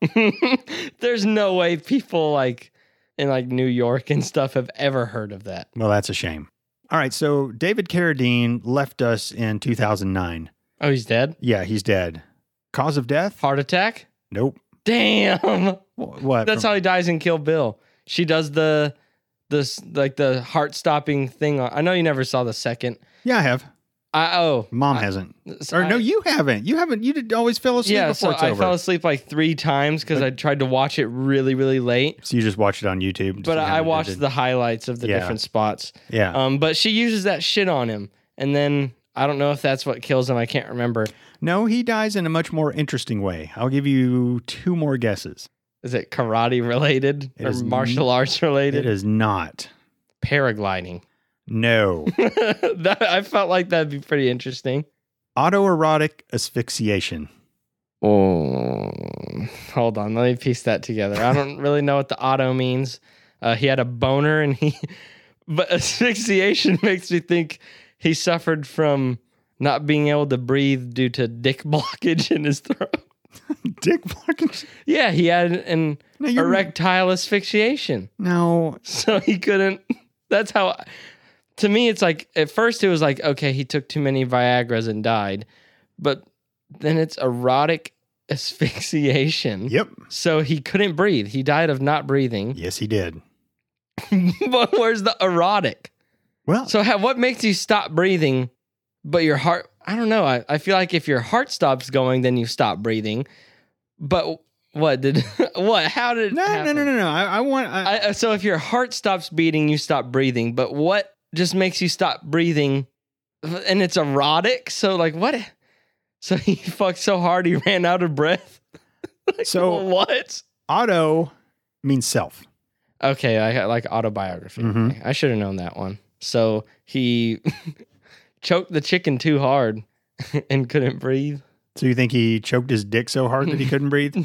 S2: There's no way people like in like New York and stuff have ever heard of that.
S1: well, that's a shame. All right, so David Carradine left us in 2009.
S2: Oh, he's dead.
S1: Yeah, he's dead. Cause of death?
S2: Heart attack.
S1: Nope.
S2: Damn.
S1: Wh- What?
S2: (laughs) That's how he dies in Kill Bill. She does the this like the heart stopping thing. on- I know you never saw the second.
S1: Yeah, I have.
S2: I oh
S1: Mom
S2: I-
S1: hasn't.
S2: so
S1: Or
S2: I-
S1: no, you haven't. You haven't. You did always fell asleep
S2: yeah.
S1: before
S2: So
S1: it's
S2: I
S1: over.
S2: fell asleep like three times because I tried to watch it really really late.
S1: so you just watch it on YouTube. to
S2: But
S1: see how
S2: I
S1: it
S2: I watched
S1: ended.
S2: the highlights of the
S1: Yeah.
S2: different spots.
S1: Yeah.
S2: Um, but she uses that shit on him, and then I don't know if that's what kills him. I can't remember.
S1: no, he dies in a much more interesting way. I'll give you two more guesses.
S2: Is it karate related
S1: It
S2: or
S1: is
S2: martial arts related?
S1: It is not.
S2: Paragliding. (laughs)
S1: No.
S2: that, I felt like that'd be pretty interesting.
S1: Autoerotic asphyxiation.
S2: Oh, hold on. Let me piece that together. I don't really know what the auto means. Uh, he had a boner, and he, (laughs) but asphyxiation (laughs) makes me think he suffered from not being able to breathe due to dick blockage (laughs) in his throat.
S1: (laughs) Dick blockage.
S2: Yeah, he had an
S1: (laughs) No, you're
S2: erectile asphyxiation. (laughs)
S1: No.
S2: So he couldn't. That's how. To me, it's like at first it was like, okay, he took too many Viagra's and died. But then it's erotic (laughs) asphyxiation.
S1: Yep.
S2: So he couldn't breathe. He died of
S1: (laughs)
S2: not breathing. (laughs)
S1: Yes, he did.
S2: but where's the erotic?
S1: Well,
S2: So how, what makes you stop breathing, but your heart? I don't know. I, I feel like if your heart stops going, then you stop breathing. But what did (laughs) what? How did? it
S1: no, no,
S2: happen?
S1: no, no, no. I, I want. I,
S2: I, uh, so if your heart stops beating, you stop breathing. But what just makes you stop breathing? And it's erotic. So like what? (laughs) So he fucked so hard he ran out of breath. Like,
S1: So-
S2: (laughs) what?
S1: auto means self.
S2: Okay, I had, like autobiography.
S1: Mhm.
S2: Okay, I should have known that one. So he (laughs) choked the chicken too hard (laughs) and couldn't breathe.
S1: So you think he choked his dick so hard that he couldn't
S2: (laughs)
S1: breathe?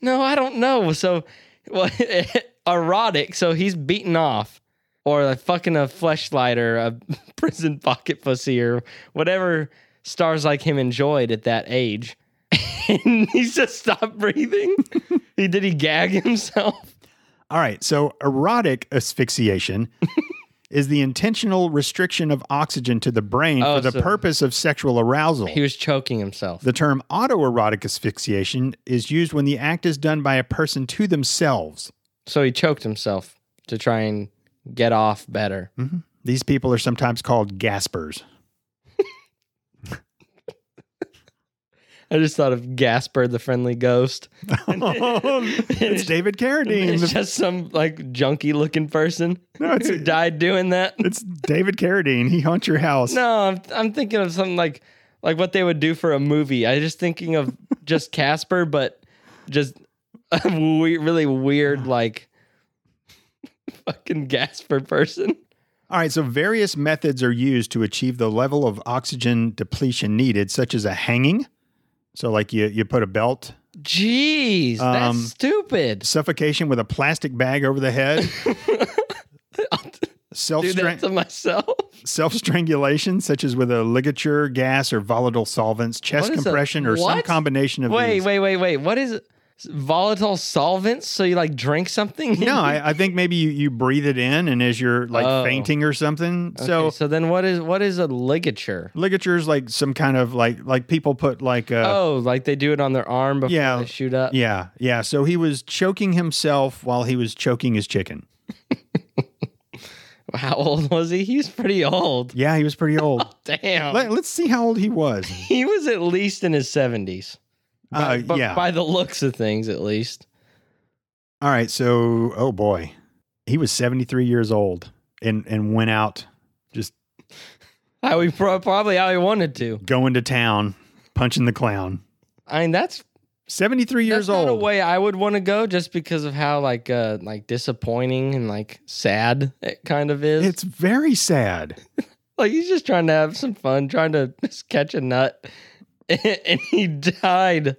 S2: No, I don't know. So, well, (laughs) erotic. So he's beaten off, or like fucking a fleshlight or a (laughs) prison pocket pussy or whatever stars like him enjoyed at that age. (laughs) And he just stopped breathing. he did he gag himself? (laughs)
S1: All right. So erotic asphyxiation is the intentional restriction of oxygen to the brain
S2: Oh,
S1: for the
S2: so-
S1: purpose of sexual arousal.
S2: He was choking himself.
S1: The term autoerotic asphyxiation is used when the act is done by a person to themselves.
S2: So he choked himself to try and get off better.
S1: These people are sometimes called
S2: (laughs)
S1: gaspers.
S2: I just thought of Gasper the Friendly Ghost.
S1: it's David
S2: (laughs)
S1: Carradine.
S2: It's
S1: The-
S2: just some like junky looking person
S1: (laughs) No, it's,
S2: who died doing that.
S1: it's David Carradine. He haunts your house.
S2: No, I'm, I'm thinking of something like like what they would do for a movie. I was just thinking (laughs) of just Casper, but just a we- really weird like (laughs) fucking Gasper person.
S1: All right, so various methods are used to achieve the level of oxygen depletion needed, such as a hanging. So, like you, you put a belt,
S2: Jeez, that's
S1: Um,
S2: stupid.
S1: suffocation with a plastic bag over the
S2: (laughs)
S1: head, self
S2: Do that to myself.
S1: (laughs) self strangulation, such as with a ligature, gas, or volatile solvents, chest
S2: What is a-
S1: compression, or some
S2: what?
S1: combination of
S2: Wait,
S1: these.
S2: wait, wait, wait. What is it? volatile solvents? So you like drink something?
S1: No,
S2: (laughs)
S1: I, I think maybe you, you breathe it in, and as you're like
S2: Oh.
S1: fainting or something.
S2: so
S1: So
S2: so then what is what is a ligature?
S1: ligature is like some kind of like like people put like uh,
S2: oh, like they do it on their arm before
S1: Yeah,
S2: they shoot up.
S1: Yeah, yeah. So he was choking himself while he was choking his chicken.
S2: How old was he? He's pretty old.
S1: Yeah, he was pretty old.
S2: (laughs) Damn.
S1: Let, us see how old he was.
S2: he was at least in his 70s.
S1: Uh,
S2: But
S1: yeah.
S2: By the looks of things, at least.
S1: All right. So, oh boy, he was seventy three years old and and went out just
S2: How he pro- probably how he wanted to.
S1: going to town, punching the clown.
S2: I mean, that's
S1: 73 years
S2: that's not a
S1: old.
S2: way I would want to go just because of how like uh like disappointing and like sad it kind of is.
S1: It's very sad.
S2: like he's just trying to have some fun, trying to (laughs) just catch a nut, (laughs) and he died.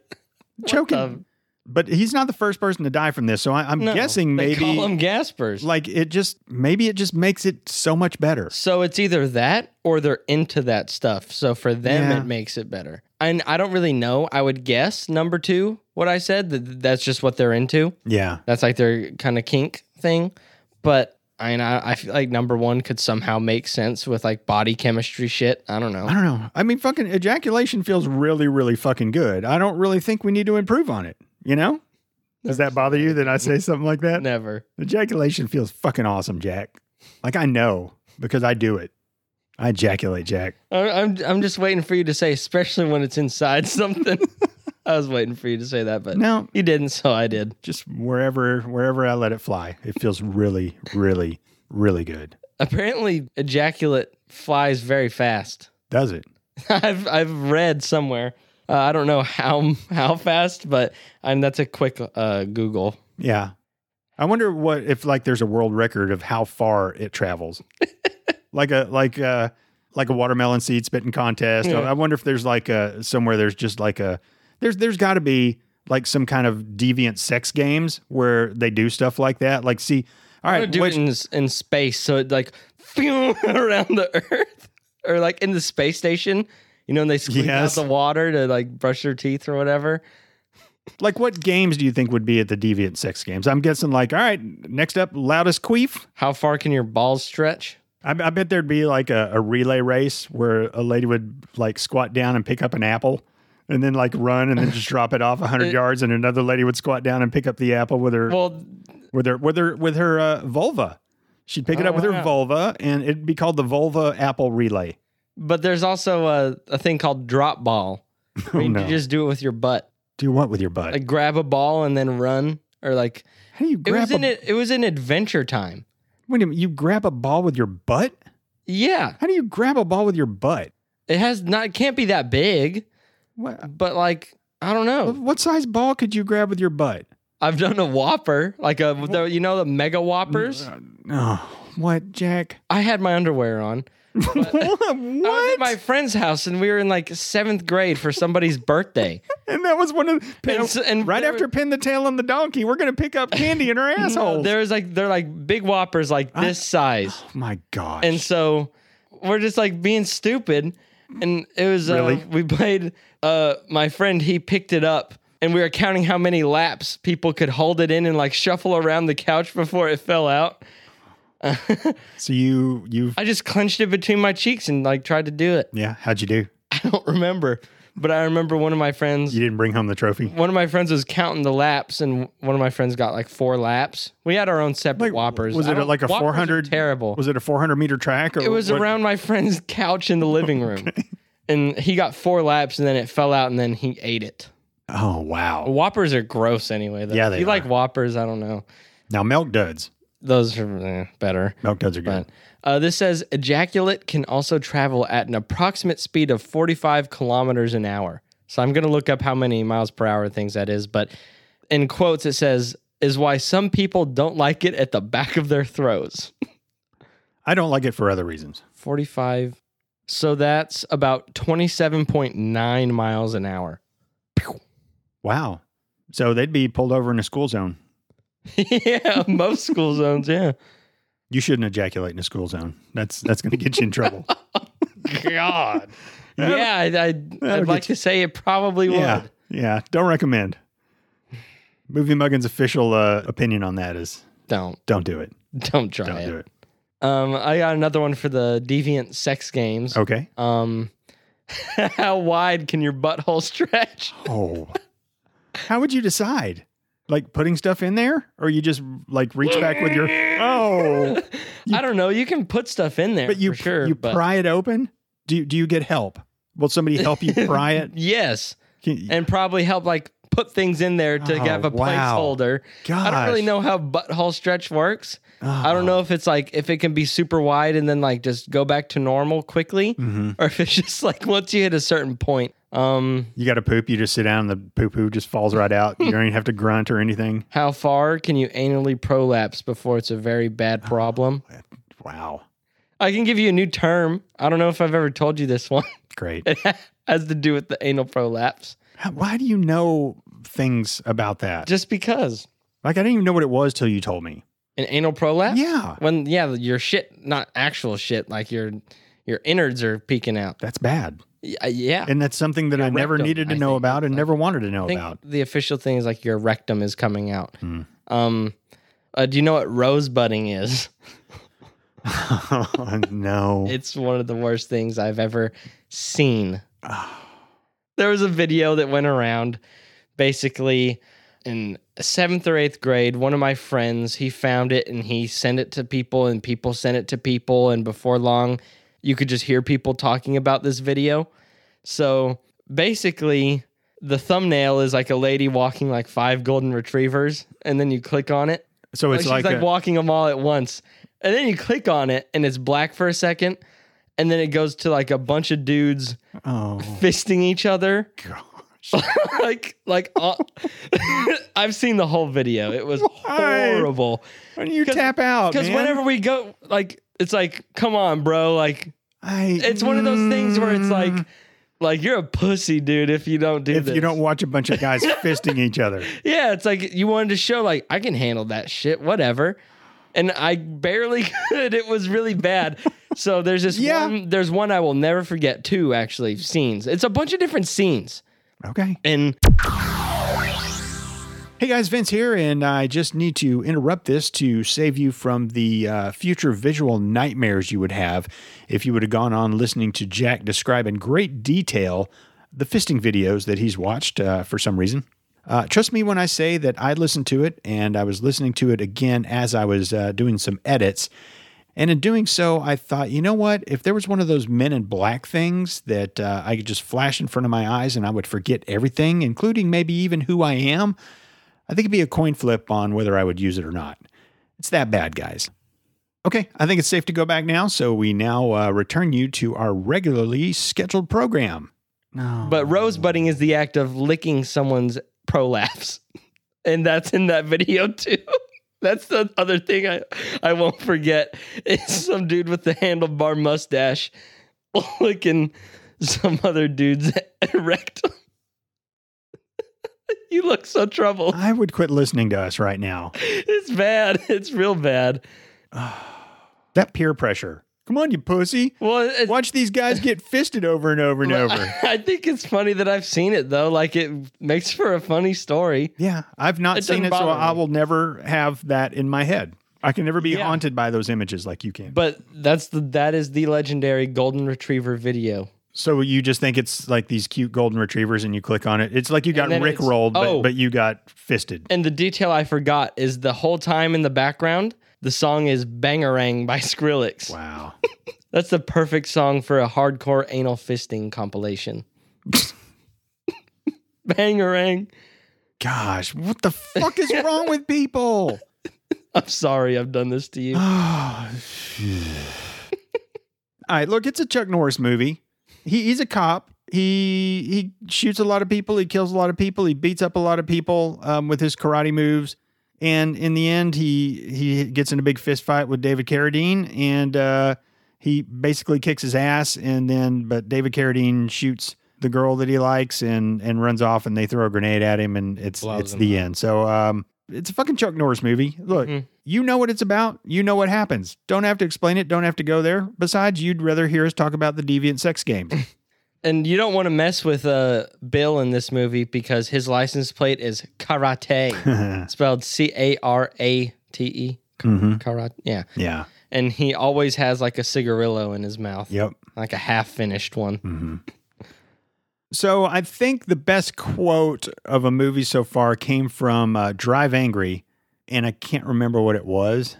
S2: What
S1: Choking.
S2: the-
S1: But he's not the first person to die from this. So I, I'm
S2: No,
S1: guessing
S2: they
S1: maybe
S2: call him Gaspers.
S1: like it just maybe it just makes it so much better.
S2: So it's either that or they're into that stuff. So for them,
S1: Yeah.
S2: it makes it better. And I don't really know. I would guess number two, what I said, that that's just what they're into.
S1: Yeah.
S2: That's like their kind of kink thing. But I mean, I, I feel like number one could somehow make sense with like body chemistry shit. I don't know.
S1: (laughs) I don't know. I mean, fucking ejaculation feels really, really fucking good. I don't really think we need to improve on it. You know? Does that bother you that I say something like that?
S2: Never.
S1: Ejaculation feels fucking awesome, Jack. Like I know because I do it. I ejaculate, Jack.
S2: I- I'm I'm just waiting for you to say, especially when it's inside (laughs) something. I was waiting for you to say that, but
S1: No,
S2: you didn't, so I did.
S1: just wherever wherever I let it fly, it feels really, really, really good.
S2: Apparently, ejaculate flies very fast.
S1: Does it?
S2: (laughs) I've I've read somewhere. Uh, I don't know how (laughs) how fast, but I'm that's a quick uh, Google.
S1: Yeah. I wonder what if like there's a world record of how far it
S2: (laughs)
S1: travels. like a like uh like a watermelon seed spitting contest.
S2: Yeah.
S1: I I wonder if there's like a somewhere there's just like a there's there's got to be like some kind of deviant sex games where they do stuff like that. Like see, all
S2: I
S1: right,
S2: would do
S1: which-
S2: it in, s- in space, so it like (laughs) around the Earth or like in the space station. You know, and they squeeze
S1: Yes.
S2: out the water to like brush their teeth or whatever.
S1: like what games do you think would be at the deviant sex games? I'm guessing like all right, next up loudest queef.
S2: How far can your balls stretch?
S1: I, I bet there'd be like a, a relay race where a lady would like squat down and pick up an apple and then like run and then just drop it off 100
S2: (laughs) It-
S1: yards and another lady would squat down and pick up the apple with her
S2: Well,
S1: with her with her with her uh, vulva she'd pick it
S2: Oh,
S1: up with her
S2: wow.
S1: vulva and it'd be called the vulva apple relay
S2: but there's also a, a thing called drop ball.
S1: (laughs) oh,
S2: I mean,
S1: no.
S2: You just do it with your butt.
S1: do what with your butt
S2: Like grab a ball and then run, or like
S1: how do you
S2: it
S1: grab
S2: was
S1: a,
S2: in it. It was in Adventure Time.
S1: wait a minute you grab a ball with your butt
S2: Yeah,
S1: how do you grab a ball with your butt
S2: it has not. It can't be that big,
S1: what,
S2: but like I don't know.
S1: what size ball could you grab with your butt
S2: I've done a Whopper, like a the, you know the Mega Whoppers.
S1: no Oh, what jack (laughs)
S2: I had my underwear on. I was
S1: what
S2: at my friend's house, and we were in like seventh grade for somebody's (laughs)
S1: (laughs)
S2: birthday.
S1: And that was one of the,
S2: And s- and
S1: right
S2: there-
S1: after pin the tail on the donkey. We're gonna
S2: (laughs)
S1: pick up candy in her asshole.
S2: There was like they're like big Whoppers, like this size.
S1: oh my gosh!
S2: And so we're just like being stupid. And it was uh,
S1: Really?
S2: we played uh my friend he picked it up and we were counting how many laps people could hold it in and like shuffle around the couch before it fell out.
S1: so you you
S2: I just clenched it between my cheeks and like tried to do it. (laughs)
S1: yeah. How'd you do?
S2: I don't remember, but I remember one of my friends
S1: You didn't bring home the trophy.
S2: one of my friends was counting the laps and one of my friends got like four laps. We had our own separate
S1: Like,
S2: whoppers.
S1: was
S2: I
S1: it
S2: don't-
S1: like a
S2: Whoppers are
S1: 400
S2: terrible.
S1: Was it a 400 meter track? Or
S2: It was
S1: what-
S2: around my friend's (laughs) couch in the living room. And he got four laps and then it fell out and then he ate it.
S1: Oh wow!
S2: Whoppers are gross anyway. Though.
S1: Yeah, they
S2: If you like
S1: are.
S2: whoppers, I don't know.
S1: Now milk duds.
S2: Those are eh, better.
S1: Milk duds are good.
S2: But uh, this says ejaculate can also travel at an approximate speed of 45 kilometers an hour. So I'm going to look up how many miles per hour things that is. But in quotes, it says, is why some people don't like it at the back of their throats. (laughs)
S1: I don't like it for other reasons.
S2: 45. So that's about 27.9 miles an hour. (laughs)
S1: Wow. So they'd be pulled over in a school zone.
S2: yeah, most school zones. Yeah.
S1: You shouldn't ejaculate in a school zone. That's that's going to get you in trouble.
S2: (laughs) God. yeah, I'd, I'd,
S1: that'll
S2: I'd like
S1: get
S2: to say it probably
S1: yeah,
S2: would.
S1: yeah. Don't recommend. Movie Muggin's official uh, opinion on that is
S2: Don't.
S1: don't do it.
S2: Don't try
S1: Don't
S2: it.
S1: do it.
S2: Um, I got another one for the deviant sex games.
S1: Okay.
S2: Um, (laughs) how wide can your butthole (laughs) stretch?
S1: Oh. (laughs) How would you decide? Like putting stuff in there? Or you just like reach back with your Oh. You-
S2: (laughs) I don't know. You can put stuff in there
S1: But you
S2: for sure.
S1: you
S2: but
S1: pry it open?
S2: (laughs)
S1: Do you, do you get help? Will somebody help you pry it?
S2: yes,
S1: Can-
S2: and probably help like put things in there to
S1: Oh,
S2: have a
S1: wow.
S2: placeholder. I don't really know how butthole stretch works. I
S1: Oh.
S2: don't know if it's like if it can be super wide and then like just go back to normal
S1: Oh.
S2: quickly,
S1: Mm-hmm.
S2: or if it's (laughs) just like once you hit a certain point. Um,
S1: You got to poop. You just sit down, and the poo poo just falls right out. You don't even have to grunt or anything.
S2: how far can you anally prolapse before it's a very
S1: Oh.
S2: bad problem?
S1: Wow,
S2: I can give you a new term. I don't know if I've ever told you this one.
S1: great.
S2: It (laughs) has to do with the anal prolapse.
S1: How- Why do you know things about that?
S2: Just because
S1: Like I didn't even know what it was till you told me.
S2: an anal prolapse.
S1: Yeah,
S2: When yeah, your shit, not actual shit, like your your innards are peeking out.
S1: that's bad,
S2: Y- uh, Yeah.
S1: and that's something that I never
S2: rectum,
S1: needed to
S2: I
S1: know
S2: think
S1: about
S2: it's
S1: and
S2: like-
S1: never wanted to know
S2: I think
S1: about.
S2: the official thing is like your rectum is coming out.
S1: Hmm.
S2: Um, uh, do you know what rosebudding is? (laughs)
S1: (laughs) no,
S2: It's one of the worst things I've ever seen. There was a video that went around basically in seventh or eighth grade. One of my friends, he found it and he sent it to people, and people sent it to people. And before long, you could just hear people talking about this video. So basically, the thumbnail is like a lady walking like five golden retrievers, and then you click on it,
S1: so it's
S2: like
S1: like,
S2: she's like
S1: a-
S2: walking them all at once. And then you click on it and it's black for a second. And then it goes to like a bunch of dudes
S1: (laughs) oh
S2: fisting each other. (laughs)
S1: gosh,
S2: like like all, (laughs) I've seen the whole video. It was
S1: Why?
S2: horrible.
S1: when you
S2: 'Cause-
S1: tap out,
S2: Cuz
S1: Oh, man,
S2: whenever we go like it's like come on, bro, like
S1: I,
S2: it's one of those things where it's like
S1: Mm,
S2: like you're a pussy dude if you don't do
S1: if
S2: this.
S1: you don't watch a bunch of
S2: (laughs)
S1: guys fisting each other,
S2: Yeah, it's like you wanted to show like I can handle that shit, whatever. And I barely (laughs) could. It was really bad. So there's this
S1: Yeah.
S2: one there's one I will never forget too, actually, scenes. It's a bunch of different scenes.
S1: okay.
S2: And
S1: Hey guys, Vince here, and I just need to interrupt this to save you from the uh, future visual nightmares you would have if you would have gone on listening to Jack describe in great detail the fisting videos that he's watched uh, for some reason. Uh, trust me when I say that I listened to it, and I was listening to it again as I was uh, doing some edits. And in doing so, I thought, you know what? If there was one of those men in black things that uh, I could just flash in front of my eyes and I would forget everything, including maybe even who I am, I think it'd be a coin flip on whether I would use it or not. It's that bad, guys. Okay, I think it's safe to go back now. So we now uh, return you to our regularly scheduled program. No.
S2: but rosebudding is the act of licking someone's prolapse. (laughs) And that's in that video too. (laughs) That's the other thing I, I won't forget. It's some dude with the handlebar mustache (laughs) licking some other dude's (laughs) rectum. you look so troubled.
S1: I would quit listening to us right now.
S2: It's bad. It's real bad.
S1: That peer pressure. Come on, you pussy.
S2: Well, it's,
S1: Watch these guys get fisted over and over and over.
S2: (laughs) I think it's funny that I've seen it though. Like it makes for a funny story.
S1: Yeah, I've not
S2: It
S1: seen
S2: doesn't
S1: it, so
S2: bother
S1: I
S2: me.
S1: will never have that in my head. I can never be
S2: Yeah.
S1: haunted by those images like you can.
S2: But that's the that is the legendary golden retriever video.
S1: So you just think it's like these cute golden retrievers, and you click on it. It's like you got
S2: And then
S1: Rick
S2: it's-
S1: rolled, but,
S2: oh.
S1: but you got
S2: (laughs)
S1: fisted.
S2: And the detail I forgot is the whole time in the background, the song is Bangarang by (laughs) Skrillex.
S1: Wow.
S2: That's the perfect song for a hardcore anal fisting compilation. (laughs) Bangarang.
S1: Gosh, what the fuck is wrong with
S2: (laughs)
S1: people? (sighs)
S2: I'm sorry I've done this to you.
S1: All right, look, it's a Chuck Norris movie. He, he's a cop. He he shoots a lot of people. He kills a lot of people. He beats up a lot of people um, with his karate moves. And in the end, he he gets in a big fist fight with David Carradine, and uh, he basically kicks his ass. And then, but David Carradine shoots the girl that he likes and and runs off, and they throw a grenade at him, and it's
S2: Blows
S1: it's
S2: him
S1: the end. So um, it's a fucking Chuck Norris movie. Look,
S2: Mhm.
S1: you know what it's about. You know what happens. Don't have to explain it. Don't have to go there. Besides, you'd rather hear us talk about the deviant sex game.
S2: (laughs)
S1: (laughs)
S2: And you don't want to mess with uh, Bill in this movie because his license plate is karate,
S1: Mhm.
S2: spelled C A R A T E. Karate. Yeah.
S1: Yeah.
S2: And he always has like a cigarillo in his mouth,
S1: Yep.
S2: like a half finished one.
S1: hmm So I think the best quote of a movie so far came from uh, Drive Angry, and I can't remember what it was.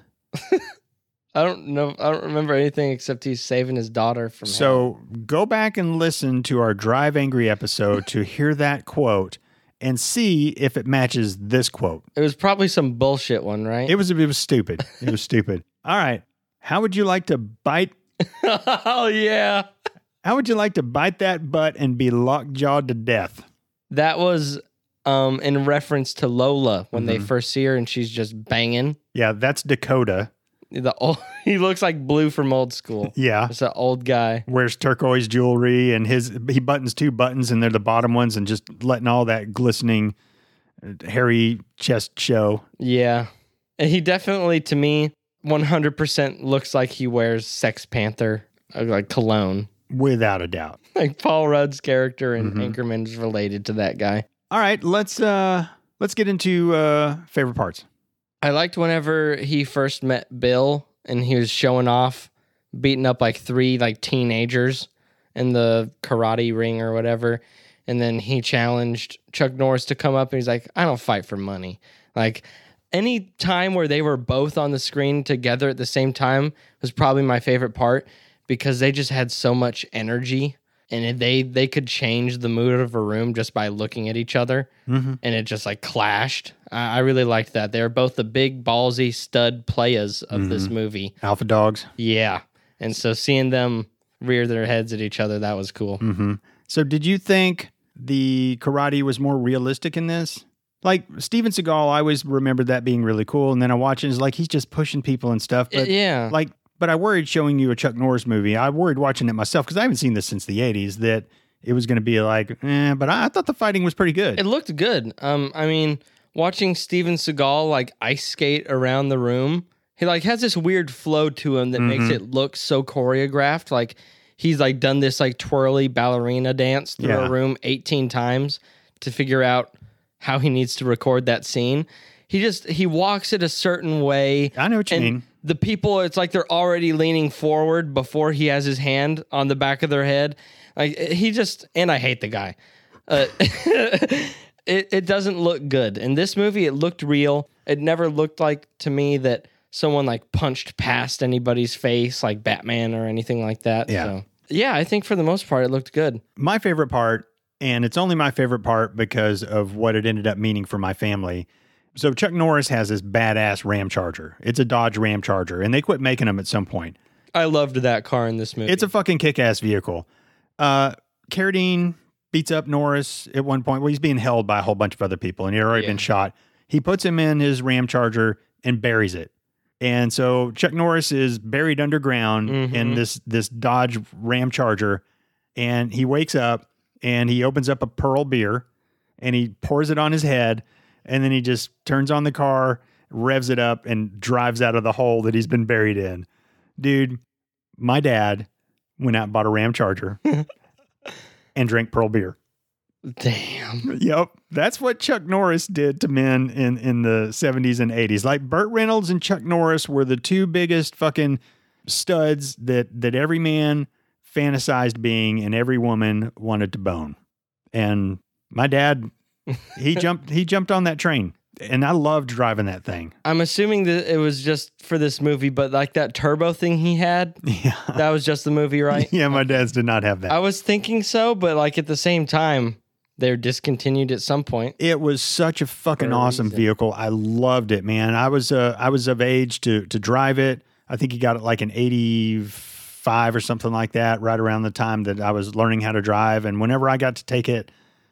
S2: I don't know. I don't remember anything except he's saving his daughter from. hell.
S1: So go back and listen to our Drive Angry episode to hear that quote and see if it matches this quote.
S2: It was probably some bullshit one, right? (laughs)
S1: It was it was stupid. It was stupid. (laughs) All right. How would you like to bite
S2: oh yeah.
S1: how would you like to bite that butt and be lockjawed to death?
S2: That was um in reference to Lola when they
S1: Mhm.
S2: first see her and she's just banging.
S1: Yeah, that's Dakota.
S2: The old (laughs) he looks like blue from old school.
S1: Yeah.
S2: It's an old guy.
S1: Wears turquoise jewelry and his he buttons two buttons and they're the bottom ones and just letting all that glistening uh, hairy chest show.
S2: Yeah. And he definitely to me 100% looks like he wears Sex Panther uh, like cologne. (laughs)
S1: Without a doubt.
S2: Like Paul Rudd's character in
S1: Mhm.
S2: Anchorman is related to that guy.
S1: All right, let's uh let's get into uh favorite parts.
S2: I liked whenever he first met Bill and he was showing off, beating up like three like teenagers in the karate ring or whatever. And then he challenged Chuck Norris to come up and he's like, I don't fight for money. Like any time where they were both on the screen together at the same time was probably my favorite part because they just had so much energy and they they could change the mood of a room just by looking at each other
S1: Mm-hmm.
S2: and it just like clashed. I, I really liked that. They're both the big ballsy stud players of this
S1: Mhm.
S2: movie.
S1: Alpha dogs.
S2: Yeah. And so seeing them rear their heads at each other, that was cool.
S1: Mm-hmm. So, did you think the karate was more realistic in this? Like Steven Seagal, I always remembered that being really cool, and then I watch it, it's like he's just pushing people and stuff. But
S2: yeah.
S1: like, but I worried showing you a Chuck Norris movie. I worried watching it myself because I haven't seen this since the '80s that it was going to be like. Eh, but I, I thought the fighting was pretty good.
S2: it looked good. Um, I mean, watching Steven Seagal like ice skate around the room, he like has this weird flow to him that makes
S1: Mhm.
S2: it look so choreographed. Like he's like done this like twirly ballerina dance through
S1: Yeah.
S2: a room 18 times to figure out how he needs to record that scene. He just he walks it a certain way
S1: I know what you
S2: and
S1: mean.
S2: the people it's like they're already leaning forward before he has his hand on the back of their head like he just and i hate the guy uh, (laughs) it, it doesn't look good in this movie it looked real it never looked like to me that someone like punched past anybody's face like batman or anything like that
S1: Yeah.
S2: so, yeah i think for the most part it looked good
S1: my favorite part, and it's only my favorite part because of what it ended up meaning for my family. So Chuck Norris has this badass Ram Charger. It's a Dodge Ram Charger, and they quit making them at some point.
S2: i loved that car in this movie
S1: It's a fucking kick-ass vehicle. Uh, Carradine beats up Norris at one point. Well, he's being held by a whole bunch of other people, and he'd already
S2: Yeah.
S1: been shot. He puts him in his Ram Charger and buries it. And so Chuck Norris is buried underground in
S2: Mhm.
S1: this this Dodge Ram Charger, and he wakes up and he opens up a pearl beer, and he pours it on his head, and then he just turns on the car, revs it up, and drives out of the hole that he's been buried in. Dude, my dad went out and bought a Ram Charger and drank Pearl beer.
S2: damn
S1: Yep. That's what Chuck Norris did to men in, in the 70s and 80s. Like Burt Reynolds and Chuck Norris were the two biggest fucking studs that, that every man fantasized being and every woman wanted to bone. And my dad, he jumped he jumped on that train. And I loved driving that thing. (laughs)
S2: i'm assuming that it was just for this movie but like that turbo thing he had
S1: Yeah.
S2: that was just the movie right
S1: Yeah, my dad's did not have that.
S2: I was thinking so, but like at the same time, they're discontinued at some point.
S1: It was such a fucking
S2: For a
S1: awesome
S2: reason.
S1: vehicle. I loved it, man. I was uh, I was of age to to drive it. I think he got it like an eighty five or something like that, right around the time that I was learning how to drive. And whenever I got to take it,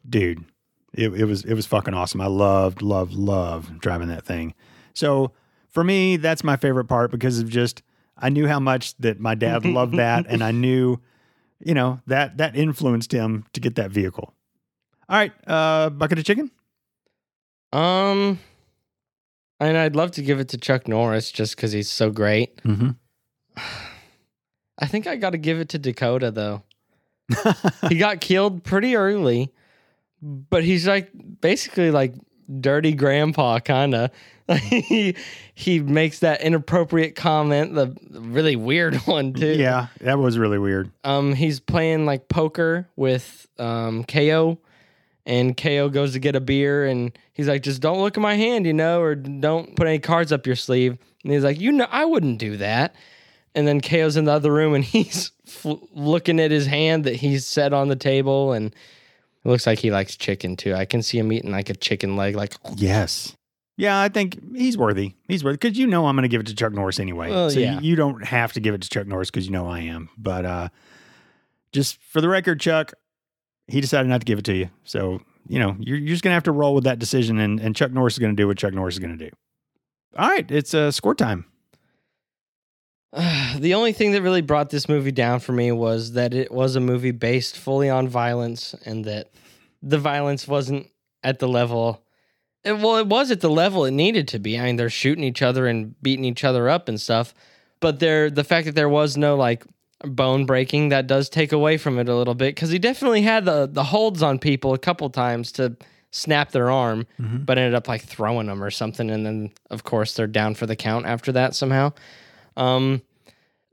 S1: dude, it, it was it was fucking awesome. I loved, loved, loved driving that thing. So for me, that's my favorite part because of just I knew how much that my dad loved that, and I knew, you know, that that influenced him to get that vehicle. All right, uh, bucket of chicken.
S2: Um, and I'd love to give it to Chuck Norris just because he's so great.
S1: Mm-hmm.
S2: I think I got to give it to Dakota though. he got killed pretty early, but he's like basically like dirty grandpa kind of. (laughs) he he makes that inappropriate comment, the really weird (laughs) one too.
S1: Yeah, that was really weird.
S2: Um, he's playing like poker with um KO, and KO goes to get a beer, and he's like, "Just don't look at my hand, you know, or don't put any cards up your sleeve." And he's like, "You know, I wouldn't do that." And then KO's (laughs) in the other room, and he's fl- looking at his hand that he's set on the table, and It looks like he likes chicken too. I can see him eating like a chicken leg, like
S1: Yes. Yeah, I think he's worthy. He's worthy because you know I'm going to give it to Chuck Norris anyway.
S2: Well,
S1: so y-
S2: yeah.
S1: you don't have to give it to Chuck Norris because you know I am. But uh, just for the record, Chuck, he decided not to give it to you. So you know you're, you're just going to have to roll with that decision, and, and Chuck Norris is going to do what Chuck Norris is going to do. All right, it's uh, score time.
S2: (sighs) the only thing that really brought this movie down for me was that it was a movie based fully on violence and that the violence wasn't at the level it, well it was at the level it needed to be i mean they're shooting each other and beating each other up and stuff but there the fact that there was no like bone breaking that does take away from it a little bit because he definitely had the the holds on people a couple times to snap their arm but ended up like throwing them or something and then of course they're down for the count after that somehow um,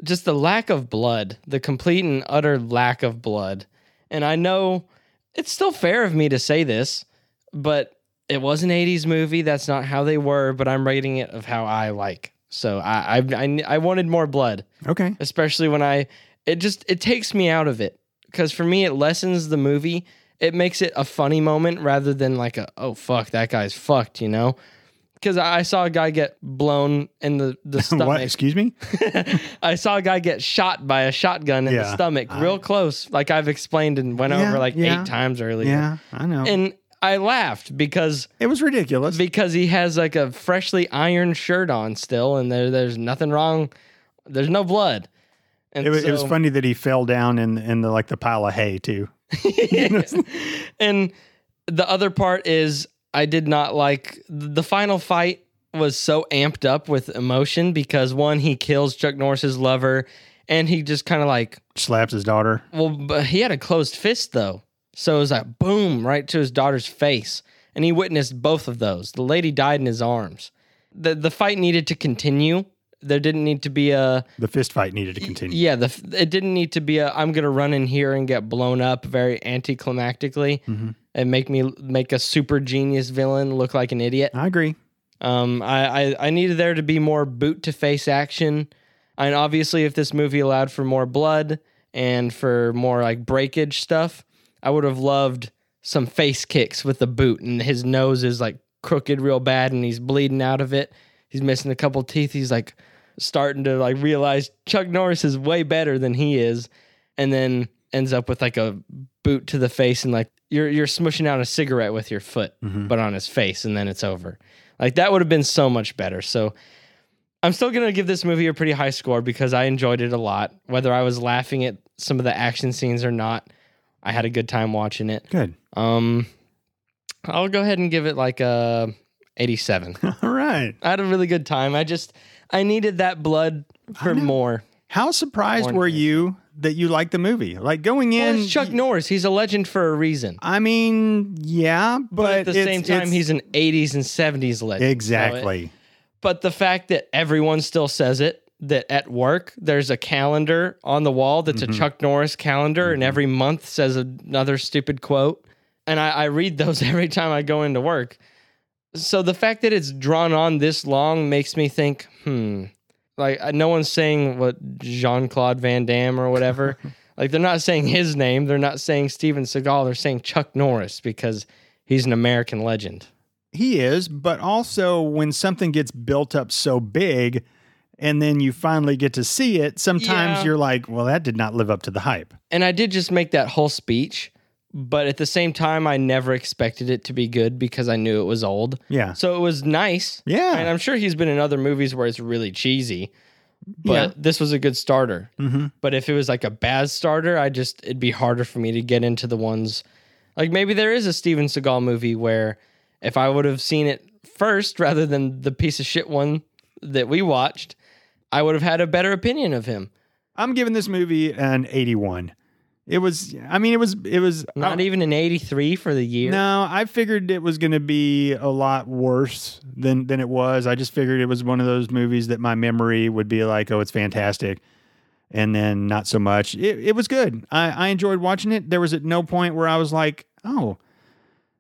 S2: just the lack of blood, the complete and utter lack of blood. And I know it's still fair of me to say this, but it was an 80s movie. That's not how they were, but I'm rating it of how I like. So I, I, I, I wanted more blood,
S1: Okay.
S2: especially when I, it just, it takes me out of it. Cause for me, it lessens the movie. It makes it a funny moment rather than like a, oh fuck, that guy's fucked, you know? Cause I I saw a guy get blown in the, the
S1: (laughs)
S2: stomach.
S1: what? Excuse me.
S2: (laughs) I saw a guy get shot by a shotgun in the
S1: Yeah. Uh-huh.
S2: stomach, real close, like I've explained and went
S1: Yeah,
S2: over like
S1: yeah.
S2: eight times earlier.
S1: Yeah, I know.
S2: And I laughed because
S1: it was ridiculous.
S2: because he has like a freshly ironed shirt on still, and there there's nothing wrong. There's no blood. And
S1: it, was, it was
S2: so-
S1: funny that he fell down in in the like the pile of hay too.
S2: (laughs) and the other part is I did not like the final fight was so amped up with emotion because one he kills Chuck Norris's lover and he just kind of like
S1: Slaps his daughter.
S2: Well, but he had a closed fist though, so it was like boom right to his daughter's face, and he witnessed both of those. The lady died in his arms. the The fight needed to continue. There didn't need to be a
S1: The fist fight needed to continue.
S2: yeah. The f- it didn't need to be a I'm gonna run in here and get blown up very anticlimactically
S1: Mhm.
S2: and make me make a super genius villain look like an idiot.
S1: I agree.
S2: Um, I, I, I needed there to be more boot to face action. And obviously, if this movie allowed for more blood and for more like breakage stuff, I would have loved some face kicks with the boot. And his nose is like crooked real bad and he's bleeding out of it. He's missing a couple teeth. He's like starting to like realize Chuck Norris is way better than he is. And then ends up with like a boot to the face and like you're you're smushing out a cigarette with your foot
S1: Mhm.
S2: but on his face and then it's over. Like that would have been so much better. So I'm still going to give this movie a pretty high score because I enjoyed it a lot. Whether I was laughing at some of the action scenes or not, I had a good time watching it.
S1: Good.
S2: Um I'll go ahead and give it like a
S1: (laughs)
S2: 87.
S1: (laughs) All right.
S2: I had a really good time. I just I needed that blood for more.
S1: How surprised
S2: Porn
S1: were
S2: fan.
S1: you that you liked the movie? Like going
S2: Well,
S1: in,
S2: it's Chuck Norris, he's a legend for a reason.
S1: I mean, yeah, but,
S2: But, at the
S1: it's-
S2: same time,
S1: it's-
S2: he's an 80s and 70s legend. So it-
S1: exactly.
S2: But the fact that everyone still says it, that at work there's a calendar on the wall that's a Chuck Norris calendar, and every month says another stupid quote. And I, I read those (laughs) every time I go into work. So the fact that it's drawn on this long makes me think, hmm, like uh, no one's saying what Jean Claude Van Damme or whatever. like they're not saying his name, they're not saying Steven Seagal, they're saying Chuck Norris because he's an American legend.
S1: He is, but also when something gets built up so big, and then you finally get to see it, sometimes
S2: Yeah.
S1: you're like, well, that did not live up to the hype.
S2: and I did just make that whole speech, but at the same time, I never expected it to be good because I knew it was old.
S1: Yeah,
S2: So it was nice.
S1: yeah,
S2: And I'm sure he's been in other movies where it's really cheesy, but
S1: Yeah.
S2: this was a good starter.
S1: hmm
S2: But if it was like a bad starter, I just, it'd be harder for me to get into the ones. Like maybe there is a Steven Seagal movie where if I would have seen it first rather than the piece of shit one that we watched, I would have had a better opinion of him.
S1: I'm giving this movie an 81. It was, I mean, it was, it was
S2: Not even an 83 for the year.
S1: Oh. No, I figured it was going to be a lot worse than than it was. I just figured it was one of those movies that my memory would be like, "Oh, it's fantastic," and then not so much. It, it was good. I, I enjoyed watching it. There was at no point where I was like, "Oh,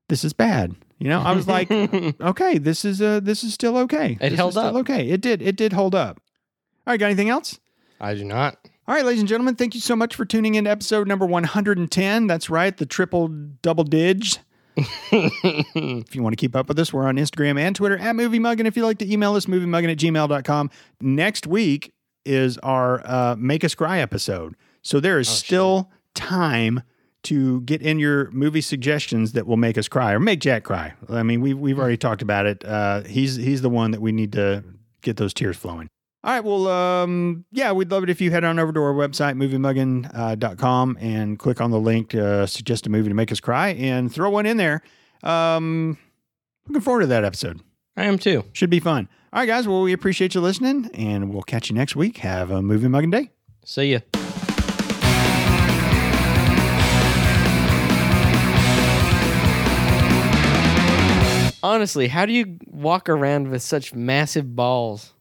S1: this is bad." You know, I was
S2: (laughs)
S1: like, "Okay, this is uh, this is still okay. This is
S2: held
S1: still
S2: up.
S1: Okay, it did. It did hold up." All right, got anything else?
S2: (laughs) I do not.
S1: All right, ladies and gentlemen, thank you so much for tuning in to episode number 110. That's right, the triple double digs. if you want to keep up with us, we're on Instagram and Twitter at Movie Muggin. If you'd like to email us, moviemuggin at gmail.com. Next week is our uh, Make Us Cry episode. So there is still time to get in your movie suggestions that will make us cry or make Jack cry. I mean, we've, we've already talked about it. Uh, he's, he's the one that we need to get those tears flowing. All right. Well, um, yeah, we'd love it if you head on over to our website, moviemuggin.com, and click on the link to uh, suggest a movie to make us cry and throw one in there. Um, looking forward to that episode.
S2: I am too.
S1: Should be fun. All right, guys. Well, we appreciate you listening, and we'll catch you next week. Have a movie mugging day.
S2: See ya. Honestly, how do you walk around with such massive balls?